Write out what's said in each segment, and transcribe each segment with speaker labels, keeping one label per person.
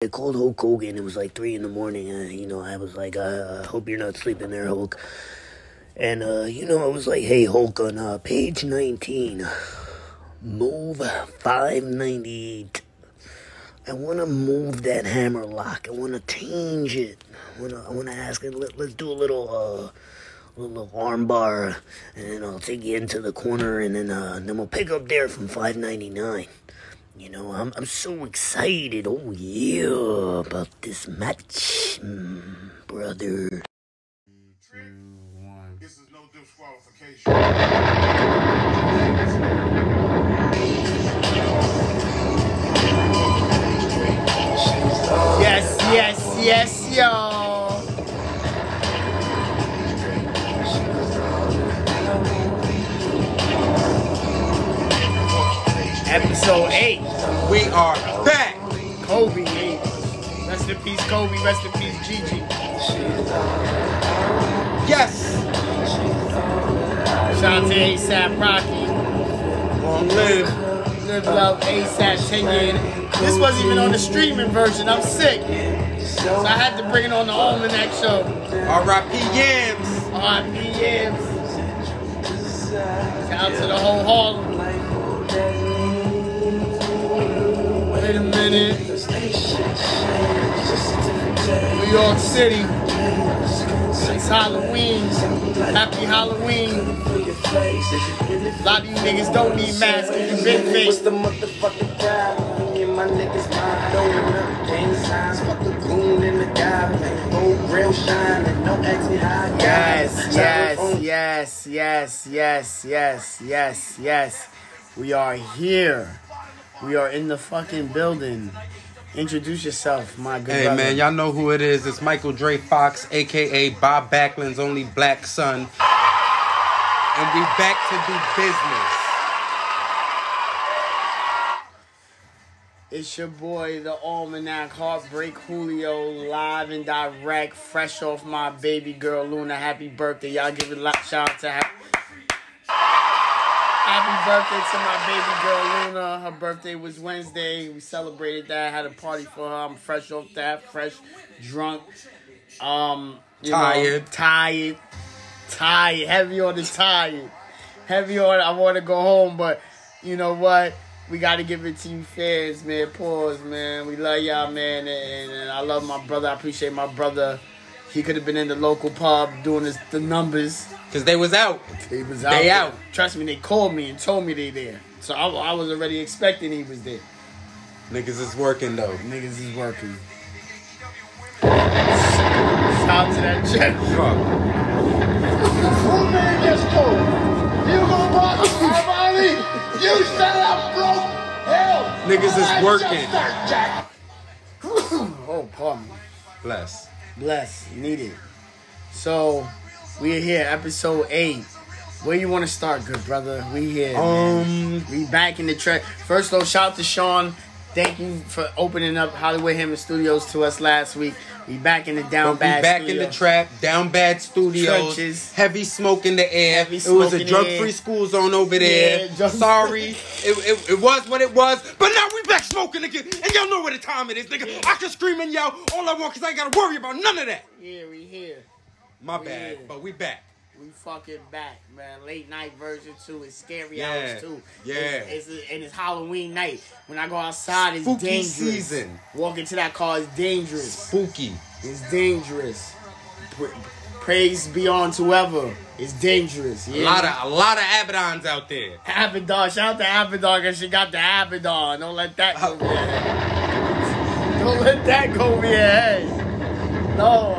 Speaker 1: I called Hulk Hogan. It was like three in the morning, and you know I was like, I, I hope you're not sleeping there, Hulk. And uh, you know I was like, Hey Hulk, on uh, page 19, move 598. I want to move that hammer lock. I want to change it. I want to. I want to ask it. Let, let's do a little. Uh, little armbar, and then I'll take you into the corner, and then uh, then we'll pick up there from 599. You know, I'm I'm so excited. Oh yeah, about this match, mm, brother.
Speaker 2: Three, two, one. This is no disqualification.
Speaker 3: Yes, yes, yes, y'all. Episode 8.
Speaker 4: We are back.
Speaker 3: Kobe 8. Rest in peace, Kobe. Rest in peace, Gigi.
Speaker 4: Yes.
Speaker 3: Shout out to ASAP Rocky.
Speaker 4: Long live.
Speaker 3: Live love ASAP 10 year. This wasn't even on the streaming version. I'm sick. So I had to bring it on the Almanac show.
Speaker 4: R.I.P. Yams.
Speaker 3: RPMs. Shout out to the whole Harlem. Wait a minute. New York City. It's Halloween. Happy Halloween. A lot of you niggas don't need masks. You big
Speaker 5: What's
Speaker 3: face.
Speaker 5: the motherfucking problem? Me and my niggas mind blowing up. Gang signs, fuck the goon and the guy. Man, gold rail shining, no acting high.
Speaker 3: Yes,
Speaker 5: guys.
Speaker 3: yes, yes, yes, yes, yes, yes, yes. We are here. We are in the fucking building. Introduce yourself, my good
Speaker 4: Hey
Speaker 3: brother.
Speaker 4: man, y'all know who it is. It's Michael Dre Fox, aka Bob Backlund's only black son. And we back to do business.
Speaker 3: It's your boy, the Almanac Heartbreak Julio, live and direct, fresh off my baby girl Luna. Happy birthday. Y'all give a lot shout out to her. Happy birthday to my baby girl Luna. Her birthday was Wednesday. We celebrated that, had a party for her. I'm fresh off that, fresh, drunk, um, you know,
Speaker 4: Tired.
Speaker 3: tired, tired, heavy on the tired heavy on. I want to go home, but you know what? We got to give it to you fans, man. Pause, man. We love y'all, man, and, and I love my brother. I appreciate my brother. He could have been in the local pub doing his, the numbers.
Speaker 4: Cause they was out.
Speaker 3: He was out.
Speaker 4: They
Speaker 3: there.
Speaker 4: out.
Speaker 3: Trust me, they called me and told me they there. So I, I was already expecting he was there.
Speaker 4: Niggas is working though.
Speaker 3: Niggas is working. Shout out to that chick.
Speaker 4: Fuck. Niggas is working.
Speaker 3: Oh, pardon me.
Speaker 4: Bless.
Speaker 3: Bless, needed. So we're here, episode eight. Where you want to start, good brother? We here. man.
Speaker 4: Um
Speaker 3: We back in the track. First though, shout out to Sean. Thank you for opening up Hollywood Hammer Studios to us last week. We back in the down
Speaker 4: But we
Speaker 3: bad
Speaker 4: back
Speaker 3: studio.
Speaker 4: in the trap, down bad studios,
Speaker 3: Trenches.
Speaker 4: heavy smoke in the air.
Speaker 3: Heavy
Speaker 4: it was
Speaker 3: smoke in the
Speaker 4: a drug free
Speaker 3: air.
Speaker 4: school zone over there.
Speaker 3: Yeah, drug-
Speaker 4: Sorry, it, it, it was what it was, but now we back smoking again, and y'all know what the time it is, nigga. I can scream and yell all I want, cause I ain't gotta worry about none of that.
Speaker 3: Yeah, we here.
Speaker 4: My bad,
Speaker 3: Yeah.
Speaker 4: but we back.
Speaker 3: We fucking back, man. Late night version two. It's scary
Speaker 4: Yeah.
Speaker 3: hours too.
Speaker 4: Yeah.
Speaker 3: It's, it's, and it's Halloween night. When I go outside, it's
Speaker 4: Spooky
Speaker 3: dangerous.
Speaker 4: season.
Speaker 3: Walking to that car is dangerous.
Speaker 4: Spooky.
Speaker 3: It's dangerous. Pra- Praise be on to whoever. It's dangerous.
Speaker 4: A
Speaker 3: Yeah.
Speaker 4: lot of a lot of Abadons out there.
Speaker 3: Abadon. Shout out to Abadon because she got the Abadon. Don't let that
Speaker 4: Oh,
Speaker 3: go over your head. Don't let that go over your head. Lord.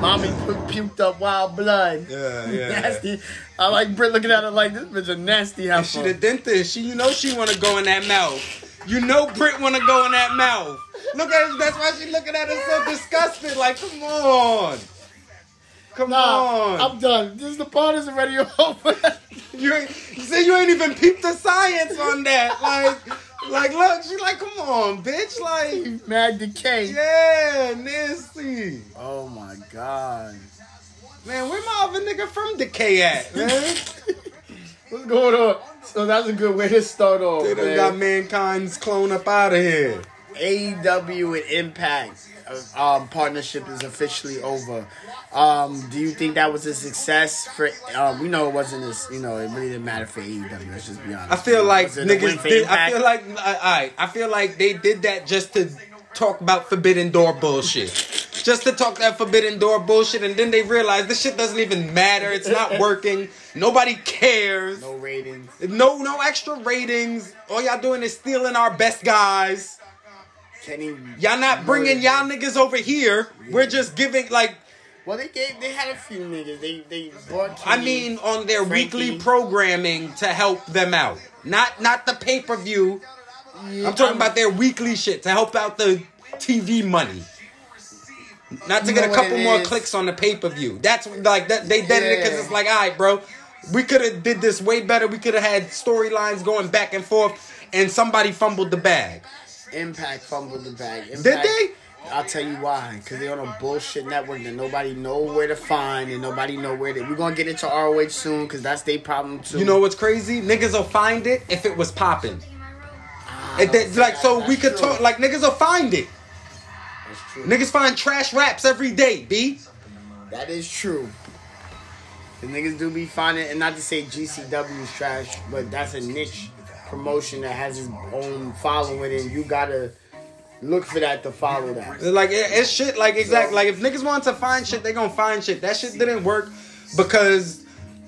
Speaker 3: Mommy pu- puked up wild blood.
Speaker 4: Yeah, yeah.
Speaker 3: Nasty. I like Brit looking at her like this bitch a nasty
Speaker 4: And she the
Speaker 3: heifer.
Speaker 4: dentist. She, you know, she wanna go in that mouth. You know, Brit wanna go in that mouth. Look at her. That's why she looking at her so disgusted. Like, come on, come on.
Speaker 3: Nah, I'm done. This the part is already over.
Speaker 4: you ain't, you see, you ain't even peeped the science on that. Like, like, look. She like, come on, bitch. Like,
Speaker 3: Mad decay.
Speaker 4: yeah, nasty.
Speaker 3: Oh my god.
Speaker 4: Man, where my other nigga from Decay at, man?
Speaker 3: What's going on? So that's a good way to start off,
Speaker 4: they done got
Speaker 3: Oh, man.
Speaker 4: mankind's clone up out of here.
Speaker 3: AEW and Impact uh, um, partnership is officially over. Um, do you think that was a success for? Um, we know it wasn't. As, you know, it really didn't matter for AEW. Let's just be honest.
Speaker 4: I feel like
Speaker 3: Was it a win
Speaker 4: niggas
Speaker 3: for
Speaker 4: did. I
Speaker 3: Impact?
Speaker 4: feel like I, I I feel like they did that just to talk about forbidden door bullshit. Just to talk that forbidden door bullshit, and then they realized this shit doesn't even matter. It's not working. Nobody cares.
Speaker 3: no ratings.
Speaker 4: No, no extra ratings. All y'all doing is stealing our best guys.
Speaker 3: Kenny,
Speaker 4: Y'all not bringing y'all niggas over here. We're just giving like
Speaker 3: Well, they gave. They had a few niggas. They they brought.
Speaker 4: I
Speaker 3: Kenny.
Speaker 4: mean on their
Speaker 3: Frankie.
Speaker 4: weekly programming to help them out. Not not the pay per view. I'm talking about their weekly shit to help out the TV money. Not to
Speaker 3: You
Speaker 4: get
Speaker 3: know
Speaker 4: a
Speaker 3: what
Speaker 4: couple
Speaker 3: it
Speaker 4: more
Speaker 3: is?
Speaker 4: clicks on the pay per view. That's like that they did it
Speaker 3: Yeah.
Speaker 4: because it's like, all right, bro, we could have did this way better. We could have had storylines going back and forth, and somebody fumbled the bag.
Speaker 3: Impact fumbled the bag. Impact,
Speaker 4: they?
Speaker 3: I'll tell you why. Because they're on a bullshit network that nobody know where to find and nobody know where to. We're going to get into ROH soon because that's their problem too.
Speaker 4: You know what's crazy? Niggas will find it if it was popping.
Speaker 3: Ah,
Speaker 4: It- that- like so, we could talk. Like niggas will find it.
Speaker 3: That's true.
Speaker 4: Niggas find trash raps every day, b.
Speaker 3: That is true. The niggas do be finding, and not to say GCW is trash, but that's a niche promotion that has its own following, and you gotta look for that to follow that.
Speaker 4: Like it, it's shit. Like exactly. Like if niggas want to find shit, they gonna find shit. That shit didn't work because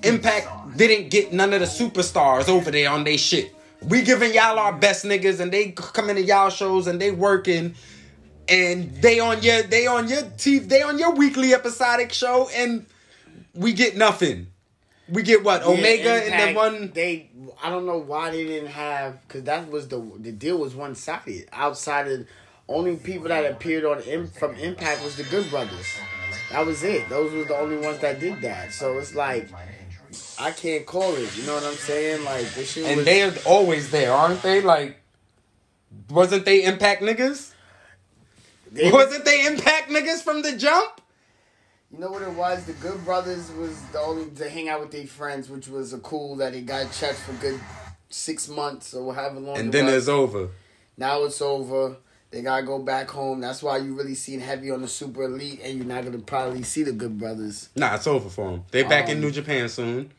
Speaker 4: Impact didn't get none of the superstars over there on they shit. We giving y'all our best niggas, and they coming to y'all shows and they working, and they on your they on your TV they on your weekly episodic show, and we get nothing. We get what Omega
Speaker 3: Yeah,
Speaker 4: and,
Speaker 3: Impact,
Speaker 4: then one.
Speaker 3: They, I don't know why they didn't have because that was the the deal was one sided. Outside of only people that appeared on Im- from Impact was the Good Brothers. That was it. Those were the only ones that did that. So it's like I can't call it. You know what I'm saying? Like this shit
Speaker 4: And
Speaker 3: was.
Speaker 4: they are always there, aren't they? Like, wasn't they Impact niggas?
Speaker 3: they-
Speaker 4: Wasn't they Impact niggas from the jump?
Speaker 3: You know what it was? The Good Brothers was the only to hang out with their friends, which was a cool that it got checked for good six months or however long. it was.
Speaker 4: over.
Speaker 3: Now it's over. They gotta go back home. That's why you really seen heavy on the super elite, and you're not gonna probably see the good brothers.
Speaker 4: Nah, it's over for them. They back in
Speaker 3: Um,
Speaker 4: New Japan soon.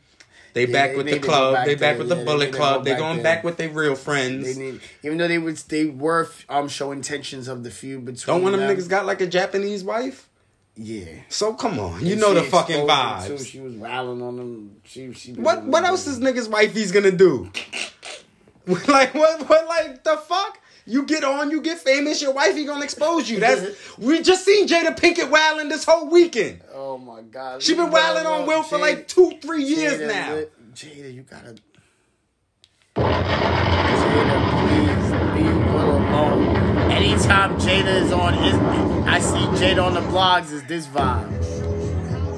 Speaker 4: They
Speaker 3: yeah,
Speaker 4: back
Speaker 3: they
Speaker 4: with
Speaker 3: need
Speaker 4: the
Speaker 3: to go
Speaker 4: club.
Speaker 3: back
Speaker 4: they back
Speaker 3: there.
Speaker 4: with
Speaker 3: Yeah,
Speaker 4: the
Speaker 3: they
Speaker 4: Bullet
Speaker 3: need to go
Speaker 4: Club. They
Speaker 3: back
Speaker 4: going
Speaker 3: there.
Speaker 4: back with their real
Speaker 3: They
Speaker 4: friends.
Speaker 3: need, even though they was they were um showing tensions of the feud between.
Speaker 4: Don't want them niggas got like a Japanese wife.
Speaker 3: Yeah,
Speaker 4: So come on, you
Speaker 3: And
Speaker 4: know
Speaker 3: she
Speaker 4: the fucking
Speaker 3: exposed them, too.
Speaker 4: vibes.
Speaker 3: She was riling on them. She she.
Speaker 4: What what else is niggas wifey's gonna do? like what what like the fuck? You get on, you get famous, your wifey gonna expose you. That's we just seen Jada Pinkett wilding this whole weekend.
Speaker 3: Oh my god.
Speaker 4: She been
Speaker 3: Leave her
Speaker 4: wilding on
Speaker 3: alone.
Speaker 4: Will for
Speaker 3: Jada-
Speaker 4: like two, three years
Speaker 3: Jada,
Speaker 4: now.
Speaker 3: li- Jada, you gotta. Jada, please leave Will alone. Anytime Jada is on, is I see Jada on the blogs. Is this vibe?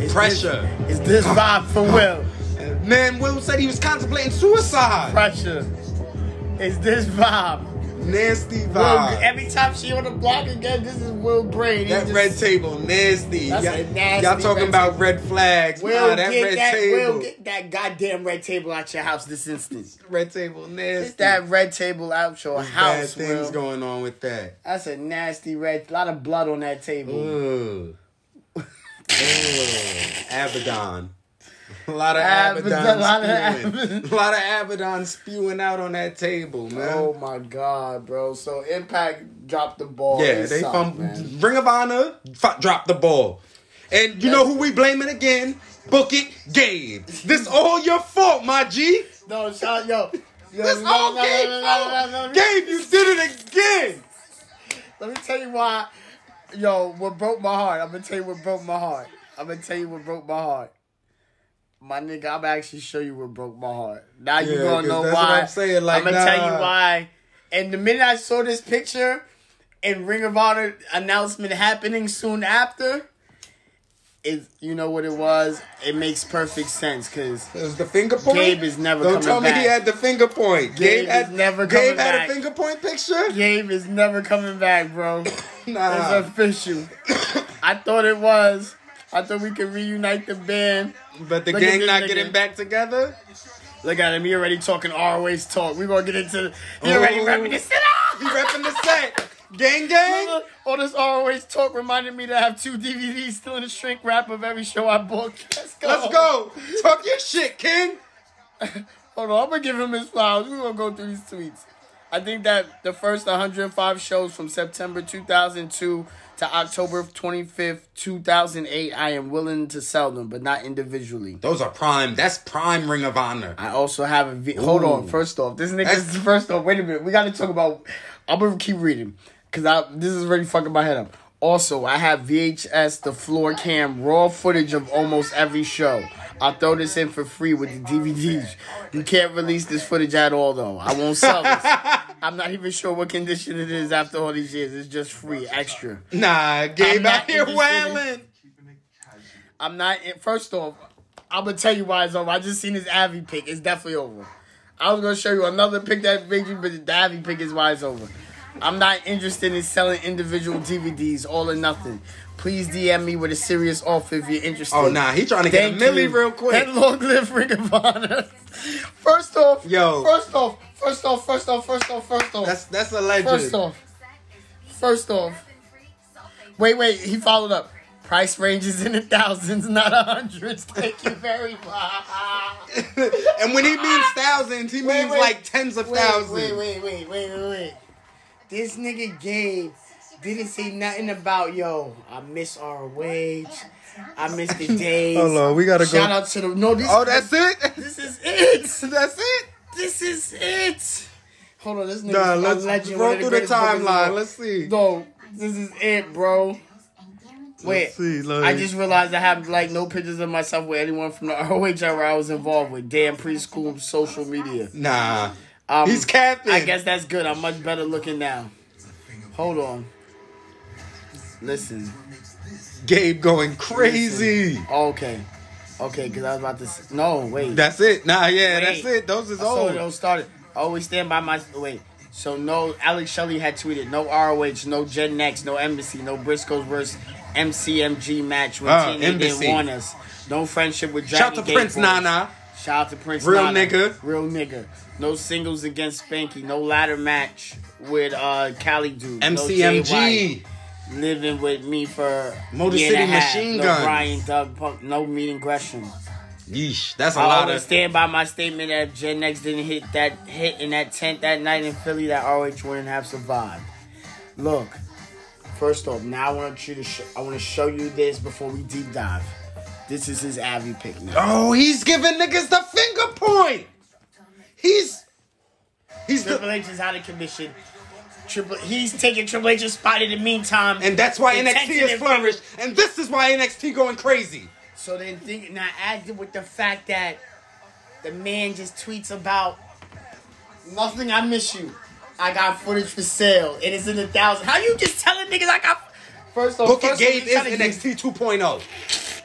Speaker 3: It's
Speaker 4: Pressure.
Speaker 3: This, is this vibe for Will?
Speaker 4: Man, Will said he was contemplating suicide.
Speaker 3: Pressure. Is this vibe?
Speaker 4: Nasty
Speaker 3: Will,
Speaker 4: vibe.
Speaker 3: every time she on the blog again, this is Will Brain. He
Speaker 4: That
Speaker 3: just-
Speaker 4: red table, nasty.
Speaker 3: That's
Speaker 4: y'all,
Speaker 3: a nasty
Speaker 4: y'all talking
Speaker 3: red
Speaker 4: about red flags.
Speaker 3: Will
Speaker 4: nah, that
Speaker 3: get
Speaker 4: red
Speaker 3: that.
Speaker 4: table.
Speaker 3: Will get that goddamn red table out your house this instant.
Speaker 4: red table, nasty.
Speaker 3: Get that red table out your
Speaker 4: Bad
Speaker 3: house,
Speaker 4: things
Speaker 3: Will.
Speaker 4: going on with that.
Speaker 3: That's a nasty red. A lot of blood on that table.
Speaker 4: Mm, Ooh. Abaddon. A lot of
Speaker 3: Ab-
Speaker 4: Abaddon,
Speaker 3: a lot of
Speaker 4: spewing.
Speaker 3: Ab-
Speaker 4: a lot of Abaddon spewing out on that table, man.
Speaker 3: Oh my god, bro! So Impact dropped the ball.
Speaker 4: yeah, they
Speaker 3: suck,
Speaker 4: fum-
Speaker 3: man.
Speaker 4: Ring of Honor f- dropped the ball, and you know who we blaming again? Book it, Gabe. This all your fault, my G.
Speaker 3: No, shout yo. Yo,
Speaker 4: This
Speaker 3: no,
Speaker 4: all
Speaker 3: no, no,
Speaker 4: Gabe.
Speaker 3: no, no, no, no,
Speaker 4: fault.
Speaker 3: no.
Speaker 4: Gabe, you did it again.
Speaker 3: Let me tell you why. Yo, what broke my heart? I'm gonna tell you what broke my heart. I'm gonna tell you what broke my heart. My nigga, I'm gonna actually show you what broke my heart. Now you
Speaker 4: Yeah,
Speaker 3: gonna
Speaker 4: 'cause
Speaker 3: know
Speaker 4: that's
Speaker 3: why.
Speaker 4: what I'm saying, like,
Speaker 3: gonna tell you
Speaker 4: nah.
Speaker 3: why. And the minute I saw this picture and Ring of Honor announcement happening soon after, it you know what it was. It makes perfect sense because
Speaker 4: It was the finger point.
Speaker 3: Gabe is never
Speaker 4: Don't
Speaker 3: coming
Speaker 4: tell me
Speaker 3: back.
Speaker 4: he had the finger point. Gabe,
Speaker 3: Gabe
Speaker 4: had
Speaker 3: is never coming
Speaker 4: Gabe had
Speaker 3: back.
Speaker 4: a finger point picture.
Speaker 3: Gabe is never coming back, bro.
Speaker 4: Nah.
Speaker 3: It's official. Uh, I thought it was. I thought we could reunite the band.
Speaker 4: But the
Speaker 3: Look at
Speaker 4: gang
Speaker 3: this
Speaker 4: not
Speaker 3: nigga.
Speaker 4: getting back together.
Speaker 3: Look at him. He already talking always talk. We gonna get into. He already
Speaker 4: Ooh.
Speaker 3: reminiscing.
Speaker 4: He repping the set. Gang, gang.
Speaker 3: Remember, All this always talk reminded me to have two DVDs still in the shrink wrap of every show I booked. Let's go.
Speaker 4: Let's go. Talk your shit, King.
Speaker 3: Hold on, I'm gonna give him his flowers. We're gonna go through these tweets. I think that the first 105 shows from September 2002 to October 25th, 2008, I am willing to sell them, but not individually.
Speaker 4: Those are prime. That's prime Ring of Honor.
Speaker 3: I also have a vi- hold on. First off, this nigga's
Speaker 4: That's-
Speaker 3: first off. Wait a minute, we gotta talk about. I'm gonna keep reading because I this is really fucking my head up. Also, I have VHS, the floor cam, raw footage of almost every show. I throw this in for free with the DVDs. You can't release this footage at all, though. I won't sell this. I'm not even sure what condition it is after all these years. It's just free, extra.
Speaker 4: Nah,
Speaker 3: I'm
Speaker 4: Gabe
Speaker 3: not
Speaker 4: out here
Speaker 3: interested in-
Speaker 4: wailing.
Speaker 3: I'm not. in- First off, I'm gonna tell you why it's over. I just seen his Avi pick. It's definitely over. I was gonna show you another pick that made you, but the Avi pick is why it's over. I'm not interested in selling individual DVDs, all or nothing. Please DM me with a serious offer if you're interested.
Speaker 4: Oh nah, he trying to get a millie real quick.
Speaker 3: And long live Ring of Honor. First off,
Speaker 4: Yo.
Speaker 3: First off, first off, first off, first off, first off.
Speaker 4: That's that's a legend.
Speaker 3: First off, first off, wait, wait. He followed up. Price ranges in the thousands, not a hundreds. Thank you very much.
Speaker 4: and when he means thousands, he means
Speaker 3: wait.
Speaker 4: like tens of
Speaker 3: Wait,
Speaker 4: thousands.
Speaker 3: wait, wait, wait, wait, wait, wait. This nigga Gabe didn't say nothing about yo. I miss our wage. I miss the days.
Speaker 4: Hold on, we gotta
Speaker 3: Shout
Speaker 4: go.
Speaker 3: out to the no. This,
Speaker 4: Oh, that's it.
Speaker 3: this is it.
Speaker 4: that's it.
Speaker 3: This is it. Hold on, this nigga a
Speaker 4: Nah, let's
Speaker 3: legend.
Speaker 4: roll
Speaker 3: one of
Speaker 4: through the
Speaker 3: greatest bookers in the
Speaker 4: timeline.
Speaker 3: world.
Speaker 4: Let's see.
Speaker 3: No, this is it, bro. Wait,
Speaker 4: Let's see, like-
Speaker 3: I just realized I have like no pictures of myself with anyone from the ROH era I was involved with. Damn preschool social media.
Speaker 4: Nah,
Speaker 3: Um,
Speaker 4: he's capping.
Speaker 3: I guess that's good. I'm much better looking now. Hold on. Listen.
Speaker 4: Gabe going crazy.
Speaker 3: Okay. Okay, because I was about to. s no, wait.
Speaker 4: That's it. Nah, yeah,
Speaker 3: Wait.
Speaker 4: that's it. Those is
Speaker 3: I saw
Speaker 4: old.
Speaker 3: those started. I always stand by my wait. So no, Alex Shelley had tweeted no ROH, no Gen Next, no Embassy, no Briscoes versus MCMG match when
Speaker 4: Ah,
Speaker 3: TNA
Speaker 4: Embassy.
Speaker 3: didn't want us. No friendship with Dragon
Speaker 4: Shout out to
Speaker 3: Gate
Speaker 4: Prince
Speaker 3: Boys.
Speaker 4: Nana.
Speaker 3: Shout out to Prince
Speaker 4: Real
Speaker 3: Nana.
Speaker 4: nigga.
Speaker 3: Real nigga. No singles against Spanky. No ladder match with uh Cali dude. No Jay White
Speaker 4: MCMG.
Speaker 3: living with me for
Speaker 4: Motor
Speaker 3: year and
Speaker 4: City
Speaker 3: a half.
Speaker 4: Machine
Speaker 3: no
Speaker 4: Guns.
Speaker 3: Brian Doug Punk. No meeting Gresham.
Speaker 4: Yeesh, that's a
Speaker 3: I
Speaker 4: lot
Speaker 3: always
Speaker 4: of.
Speaker 3: stand by my statement that Gen X didn't hit that hit in that tent that night in Philly that ROH wouldn't have survived. Look, first off, now I want you to sh- I want to show you this before we deep dive. This is his Avi pick now.
Speaker 4: Oh, he's giving niggas the finger point. He's he's the,
Speaker 3: Triple H is out of commission. Triple he's taking Triple H's spot in the meantime.
Speaker 4: and that's why
Speaker 3: Intention
Speaker 4: NXT is
Speaker 3: and-
Speaker 4: flourished, and this is why NXT going crazy.
Speaker 3: So then think now add it with the fact that the man just tweets about nothing I miss you. I got footage for sale. It is in the thousand. How you just telling niggas I got First off,
Speaker 4: Booker
Speaker 3: first
Speaker 4: Gabe
Speaker 3: off,
Speaker 4: is
Speaker 3: he's trying to
Speaker 4: NXT 2.0,
Speaker 3: get-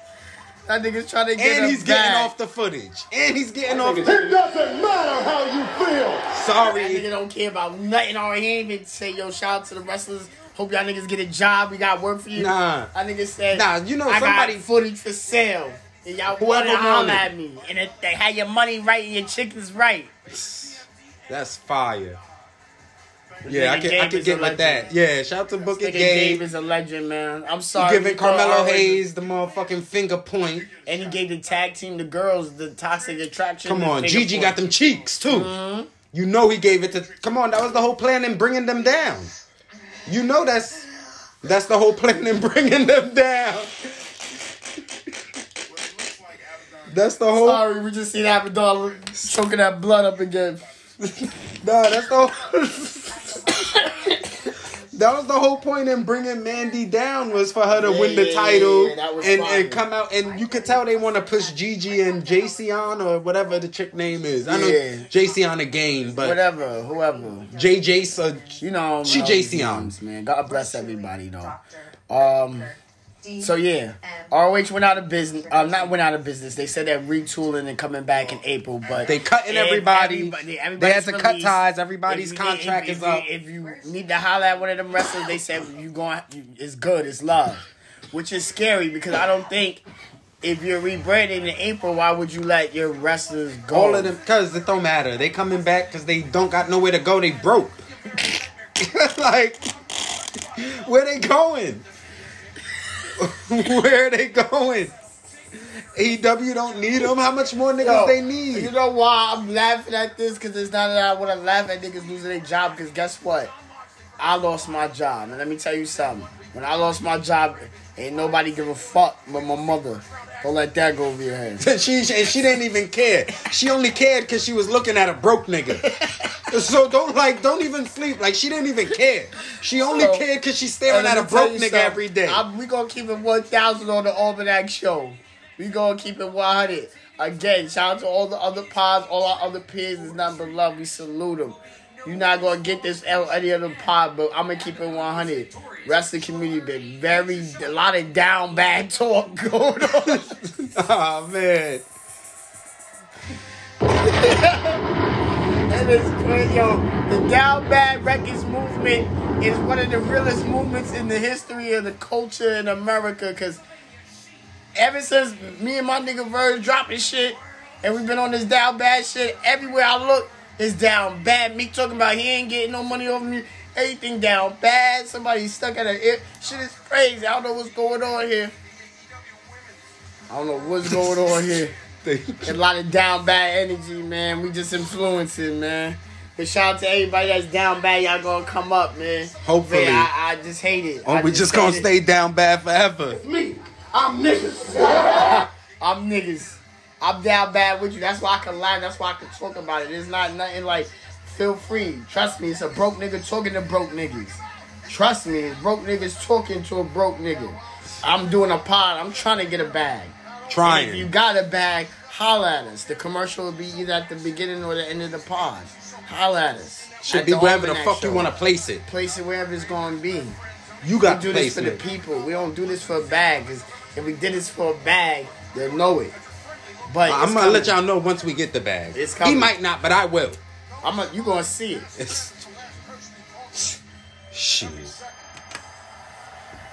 Speaker 3: That nigga's trying to get
Speaker 4: oh. and
Speaker 3: us
Speaker 4: he's getting
Speaker 3: back.
Speaker 4: off the footage, and he's getting off.
Speaker 2: It doesn't matter how you feel.
Speaker 3: That nigga
Speaker 4: Sorry,
Speaker 3: don't care about nothing or he ain't even say yo shout out to the wrestlers. Hope y'all niggas get a job. We got work for you.
Speaker 4: Nah.
Speaker 3: I nigga said.
Speaker 4: Nah, you know
Speaker 3: I
Speaker 4: somebody-
Speaker 3: got footage for sale. And y'all
Speaker 4: Whoever
Speaker 3: wanna holler
Speaker 4: want it.
Speaker 3: at me. And if they had your money right and your chickens right.
Speaker 4: that's fire. Yeah, I
Speaker 3: nigga
Speaker 4: can I
Speaker 3: Gabe
Speaker 4: can
Speaker 3: is
Speaker 4: get
Speaker 3: a legend.
Speaker 4: with that. Yeah, shout out to Booker
Speaker 3: Nigga Gabe
Speaker 4: Gabe.
Speaker 3: is a legend, man. I'm
Speaker 4: He
Speaker 3: sorry.
Speaker 4: giving
Speaker 3: we thought
Speaker 4: Carmelo
Speaker 3: already-
Speaker 4: Hayes the motherfucking finger point.
Speaker 3: And he gave the tag team, the girls, the toxic attraction.
Speaker 4: Come
Speaker 3: the Mm-hmm.
Speaker 4: on,
Speaker 3: figure
Speaker 4: Gigi
Speaker 3: four.
Speaker 4: got them cheeks too. You know he gave it to. Come on, that was the whole plan in bringing them down. You know that's that's the whole plan in bringing them down. That's the whole.
Speaker 3: Sorry, we just seen Abadal choking that blood up again.
Speaker 4: Nah, that's the. Whole, that was the whole point in bringing Mandy down was for her to
Speaker 3: Yeah,
Speaker 4: win the
Speaker 3: yeah, yeah,
Speaker 4: title
Speaker 3: yeah, that was
Speaker 4: and,
Speaker 3: fire.
Speaker 4: and come out and you could tell they want to push Gigi and JC on or whatever the chick name is. I know
Speaker 3: Yeah.
Speaker 4: JC on a game, but
Speaker 3: Whatever, whoever.
Speaker 4: JJ. So
Speaker 3: You know.
Speaker 4: She
Speaker 3: how
Speaker 4: JC
Speaker 3: these
Speaker 4: on.
Speaker 3: names, Man, God bless everybody, though. Um, So, yeah. ROH went out of business. Uh, not went out of business. They said they're retooling and coming back in April, but.
Speaker 4: They cutting
Speaker 3: If
Speaker 4: everybody.
Speaker 3: everybody-
Speaker 4: they had
Speaker 3: everybody's
Speaker 4: to cut
Speaker 3: released.
Speaker 4: ties. Everybody's
Speaker 3: If you need-
Speaker 4: contract
Speaker 3: if-
Speaker 4: is
Speaker 3: if
Speaker 4: up.
Speaker 3: you- If you need to holler at one of them wrestlers, they said you going. You, it's good. It's love, which is scary because I don't think if you're rebranding in April, why would you let your wrestlers go?
Speaker 4: All of them, cause it don't matter. They coming back because they don't got nowhere to go. They broke. like Where they going? Where they going? AEW don't need them. How much more niggas
Speaker 3: Yo,
Speaker 4: they need?
Speaker 3: You know why I'm laughing at this? Because it's not that I want to laugh at niggas losing their job. Because guess what? I lost my job. And let me tell you something. When I lost my job, ain't nobody give a fuck but my mother. Don't let that go over your head.
Speaker 4: And she and she didn't even care. She only cared because she was looking at a broke nigga. so don't like don't even sleep. Like she didn't even care. She only
Speaker 3: So-
Speaker 4: cared because she's
Speaker 3: And
Speaker 4: staring
Speaker 3: let
Speaker 4: at a
Speaker 3: me tell
Speaker 4: broke
Speaker 3: you
Speaker 4: nigga
Speaker 3: something.
Speaker 4: every day.
Speaker 3: I'm, we gonna keep it 1,000 on the Almanac show. We gonna keep it 100. Again, shout out to all the other pods, all our other peers. It's nothing but love. We salute them. You're not gonna get this out any other pod, but I'm gonna keep it 100. Wrestling community been very a lot of down bad talk going on.
Speaker 4: oh man.
Speaker 3: And it's crazy, yo. The Down Bad Records movement is one of the realest movements in the history of the culture in America. Cause ever since me and my nigga Verge dropping shit, and we've been on this Down Bad shit, everywhere I look is Down Bad. Me talking about he ain't getting no money over me. Everything down bad. Somebody stuck at an ear. Shit is crazy. I don't know what's going on here. I don't know what's going on here
Speaker 4: They-
Speaker 3: a lot of down bad energy, man. We just influencing, man. But shout out to everybody that's down bad. Y'all gonna come up, man.
Speaker 4: Hopefully. Oh,
Speaker 3: Man, I, I just hate it. I
Speaker 4: we just gonna
Speaker 3: hate it.
Speaker 4: stay down bad forever.
Speaker 3: Me, I'm niggas. I'm niggas. I'm down bad with you. That's why I can lie. That's why I can talk about it. It's not nothing like. Feel free. Trust me. It's a broke nigga talking to broke niggas. Trust me. It's broke niggas talking to a broke nigga. I'm doing a pod. I'm trying to get a bag. And If you
Speaker 4: Trying.
Speaker 3: got a bag, holla at us. The commercial will be either at the beginning or the end of the pod. Holla at us.
Speaker 4: Should
Speaker 3: At
Speaker 4: be
Speaker 3: the
Speaker 4: wherever the
Speaker 3: Almanac
Speaker 4: fuck you
Speaker 3: Show.
Speaker 4: wanna place it.
Speaker 3: place it wherever it's gonna be.
Speaker 4: You
Speaker 3: We
Speaker 4: got
Speaker 3: do
Speaker 4: to
Speaker 3: this
Speaker 4: place
Speaker 3: for the
Speaker 4: it.
Speaker 3: people. We don't do this for a bag. 'cause if we did this for a bag, they'll know it. But
Speaker 4: I'm gonna let y'all know once we get the bag.
Speaker 3: It's
Speaker 4: he
Speaker 3: coming.
Speaker 4: might not, but I will.
Speaker 3: I'm you gonna see it.
Speaker 4: It's shit.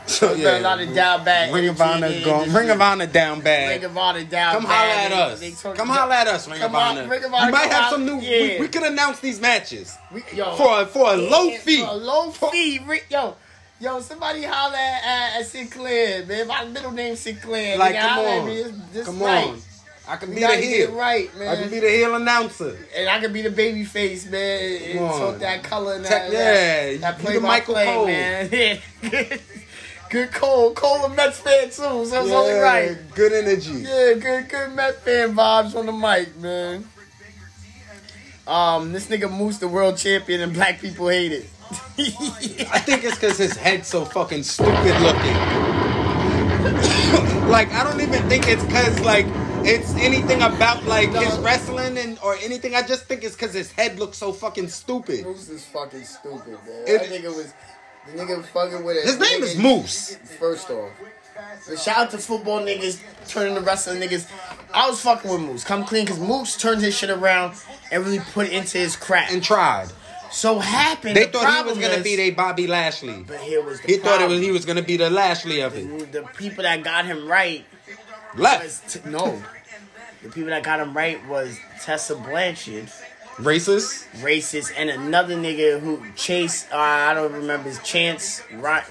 Speaker 4: So
Speaker 3: There's a lot of down bag.
Speaker 4: Ring of Honor gone. Ring of Honor down bad.
Speaker 3: Ring of Honor down.
Speaker 4: Come holler
Speaker 3: bad.
Speaker 4: at
Speaker 3: They- they
Speaker 4: us.
Speaker 3: talk-
Speaker 4: Come holler at us, Ring
Speaker 3: Come
Speaker 4: of
Speaker 3: on,
Speaker 4: Honor.
Speaker 3: Ring of Honor,
Speaker 4: We might
Speaker 3: come
Speaker 4: have
Speaker 3: out-
Speaker 4: some new.
Speaker 3: yeah.
Speaker 4: We, we could announce these matches
Speaker 3: We, yo,
Speaker 4: for a, for a low
Speaker 3: Yeah,
Speaker 4: fee.
Speaker 3: for A low fee. Re- Yo, yo, somebody holler at, at, at Sinclair, man. My middle name Sinclair.
Speaker 4: Like,
Speaker 3: nigga,
Speaker 4: come
Speaker 3: holler at
Speaker 4: on.
Speaker 3: me. It's- it's
Speaker 4: Come
Speaker 3: right.
Speaker 4: on. I can
Speaker 3: We
Speaker 4: be the
Speaker 3: gotta get it
Speaker 4: heel.
Speaker 3: right,
Speaker 4: I can
Speaker 3: man.
Speaker 4: be the heel announcer.
Speaker 3: and I could be the baby face, man. And
Speaker 4: Come
Speaker 3: talk
Speaker 4: on.
Speaker 3: that color and
Speaker 4: Tech-
Speaker 3: that,
Speaker 4: yeah,
Speaker 3: that, that
Speaker 4: you the
Speaker 3: play by
Speaker 4: Michael
Speaker 3: play,
Speaker 4: Cole.
Speaker 3: man. good Cole. Cole a Mets fan, too, so it's only right.
Speaker 4: Good energy.
Speaker 3: Yeah, good, good Mets fan vibes on the mic, man. Um, this nigga Moose the world champion and black people hate it.
Speaker 4: I think it's because his head's so fucking stupid looking. like I don't even think it's because like it's anything about like his wrestling and or anything. I just think it's because his head looks so fucking stupid.
Speaker 3: Moose is fucking stupid, man.
Speaker 4: It-
Speaker 3: that nigga was the nigga fucking with it.
Speaker 4: His name is Moose.
Speaker 3: First off, so shout out to football niggas turning to wrestling niggas. I was fucking with Moose. Come clean, cause Moose turned his shit around and really put it into his craft.
Speaker 4: And tried.
Speaker 3: so happened
Speaker 4: They
Speaker 3: the
Speaker 4: thought he was
Speaker 3: problem
Speaker 4: gonna
Speaker 3: is-
Speaker 4: be their Bobby Lashley.
Speaker 3: But here was the
Speaker 4: He thought it was,
Speaker 3: problem.
Speaker 4: he was gonna be the Lashley of it.
Speaker 3: the people that got him right was
Speaker 4: Left.
Speaker 3: t- no. The people that got him right was Tessa Blanchard,
Speaker 4: Racist.
Speaker 3: racist, and another nigga who Chase. Uh, I don't remember his Chance, right?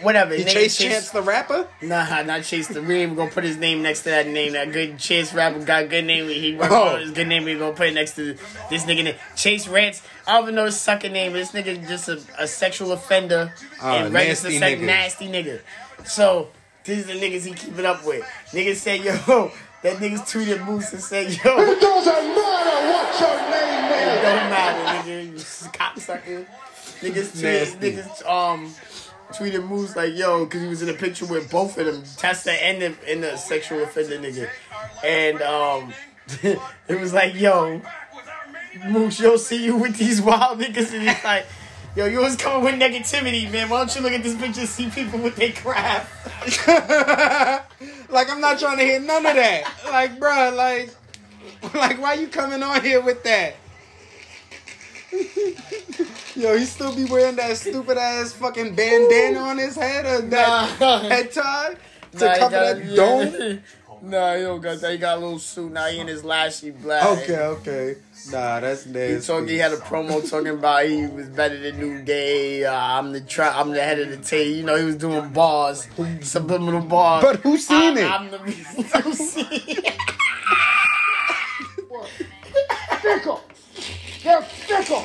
Speaker 3: Whatever.
Speaker 4: He
Speaker 3: nigga
Speaker 4: chased Chance the rapper.
Speaker 3: Nah, not Chase the We ain't gonna put his name next to that name. That good Chase rapper got a good name. He worked
Speaker 4: Oh.
Speaker 3: on his good name. We gonna put it next to this nigga name. Chase Rants. I don't even know his sucking name. but This nigga just a, a sexual offender
Speaker 4: Ah,
Speaker 3: and registered
Speaker 4: nasty
Speaker 3: sex
Speaker 4: nigga.
Speaker 3: nasty nigga. So these are the niggas he keeping up with. Niggas said, yo, that niggas tweeted Moose and said, yo, it
Speaker 2: doesn't matter what your name
Speaker 3: don't matter, nigga. You cocksucker. Niggas tweeted,
Speaker 4: Nasty.
Speaker 3: niggas um tweeted Moose like, yo, because he was in a picture with both of them, Tessa and the, and the sexual offender nigga. And um, it was like, yo, Moose, yo, see you with these wild niggas. And he's like, yo, you was coming with negativity, man. Why don't you look at this picture and see people with their crap?
Speaker 4: like I'm not trying to hear none of that. Like, bruh, like, like why you coming on here with that? Yo, he still be wearing that stupid ass fucking bandana on his head or that
Speaker 3: Nah.
Speaker 4: head tie to
Speaker 3: Like,
Speaker 4: cover
Speaker 3: uh,
Speaker 4: that
Speaker 3: yeah.
Speaker 4: dome.
Speaker 3: No, he don't got that. He got a little suit now. He in his lashy black.
Speaker 4: Okay, okay. Nah, that's
Speaker 3: He
Speaker 4: nasty.
Speaker 3: talk, he had a promo talking about he was better than New Day. Uh, I'm the tra- I'm the head of the team. You know, he was doing bars, subliminal bars.
Speaker 4: But who seen
Speaker 3: I-
Speaker 4: it?
Speaker 3: I'm the who seen it?
Speaker 6: Fickle. They're fickle.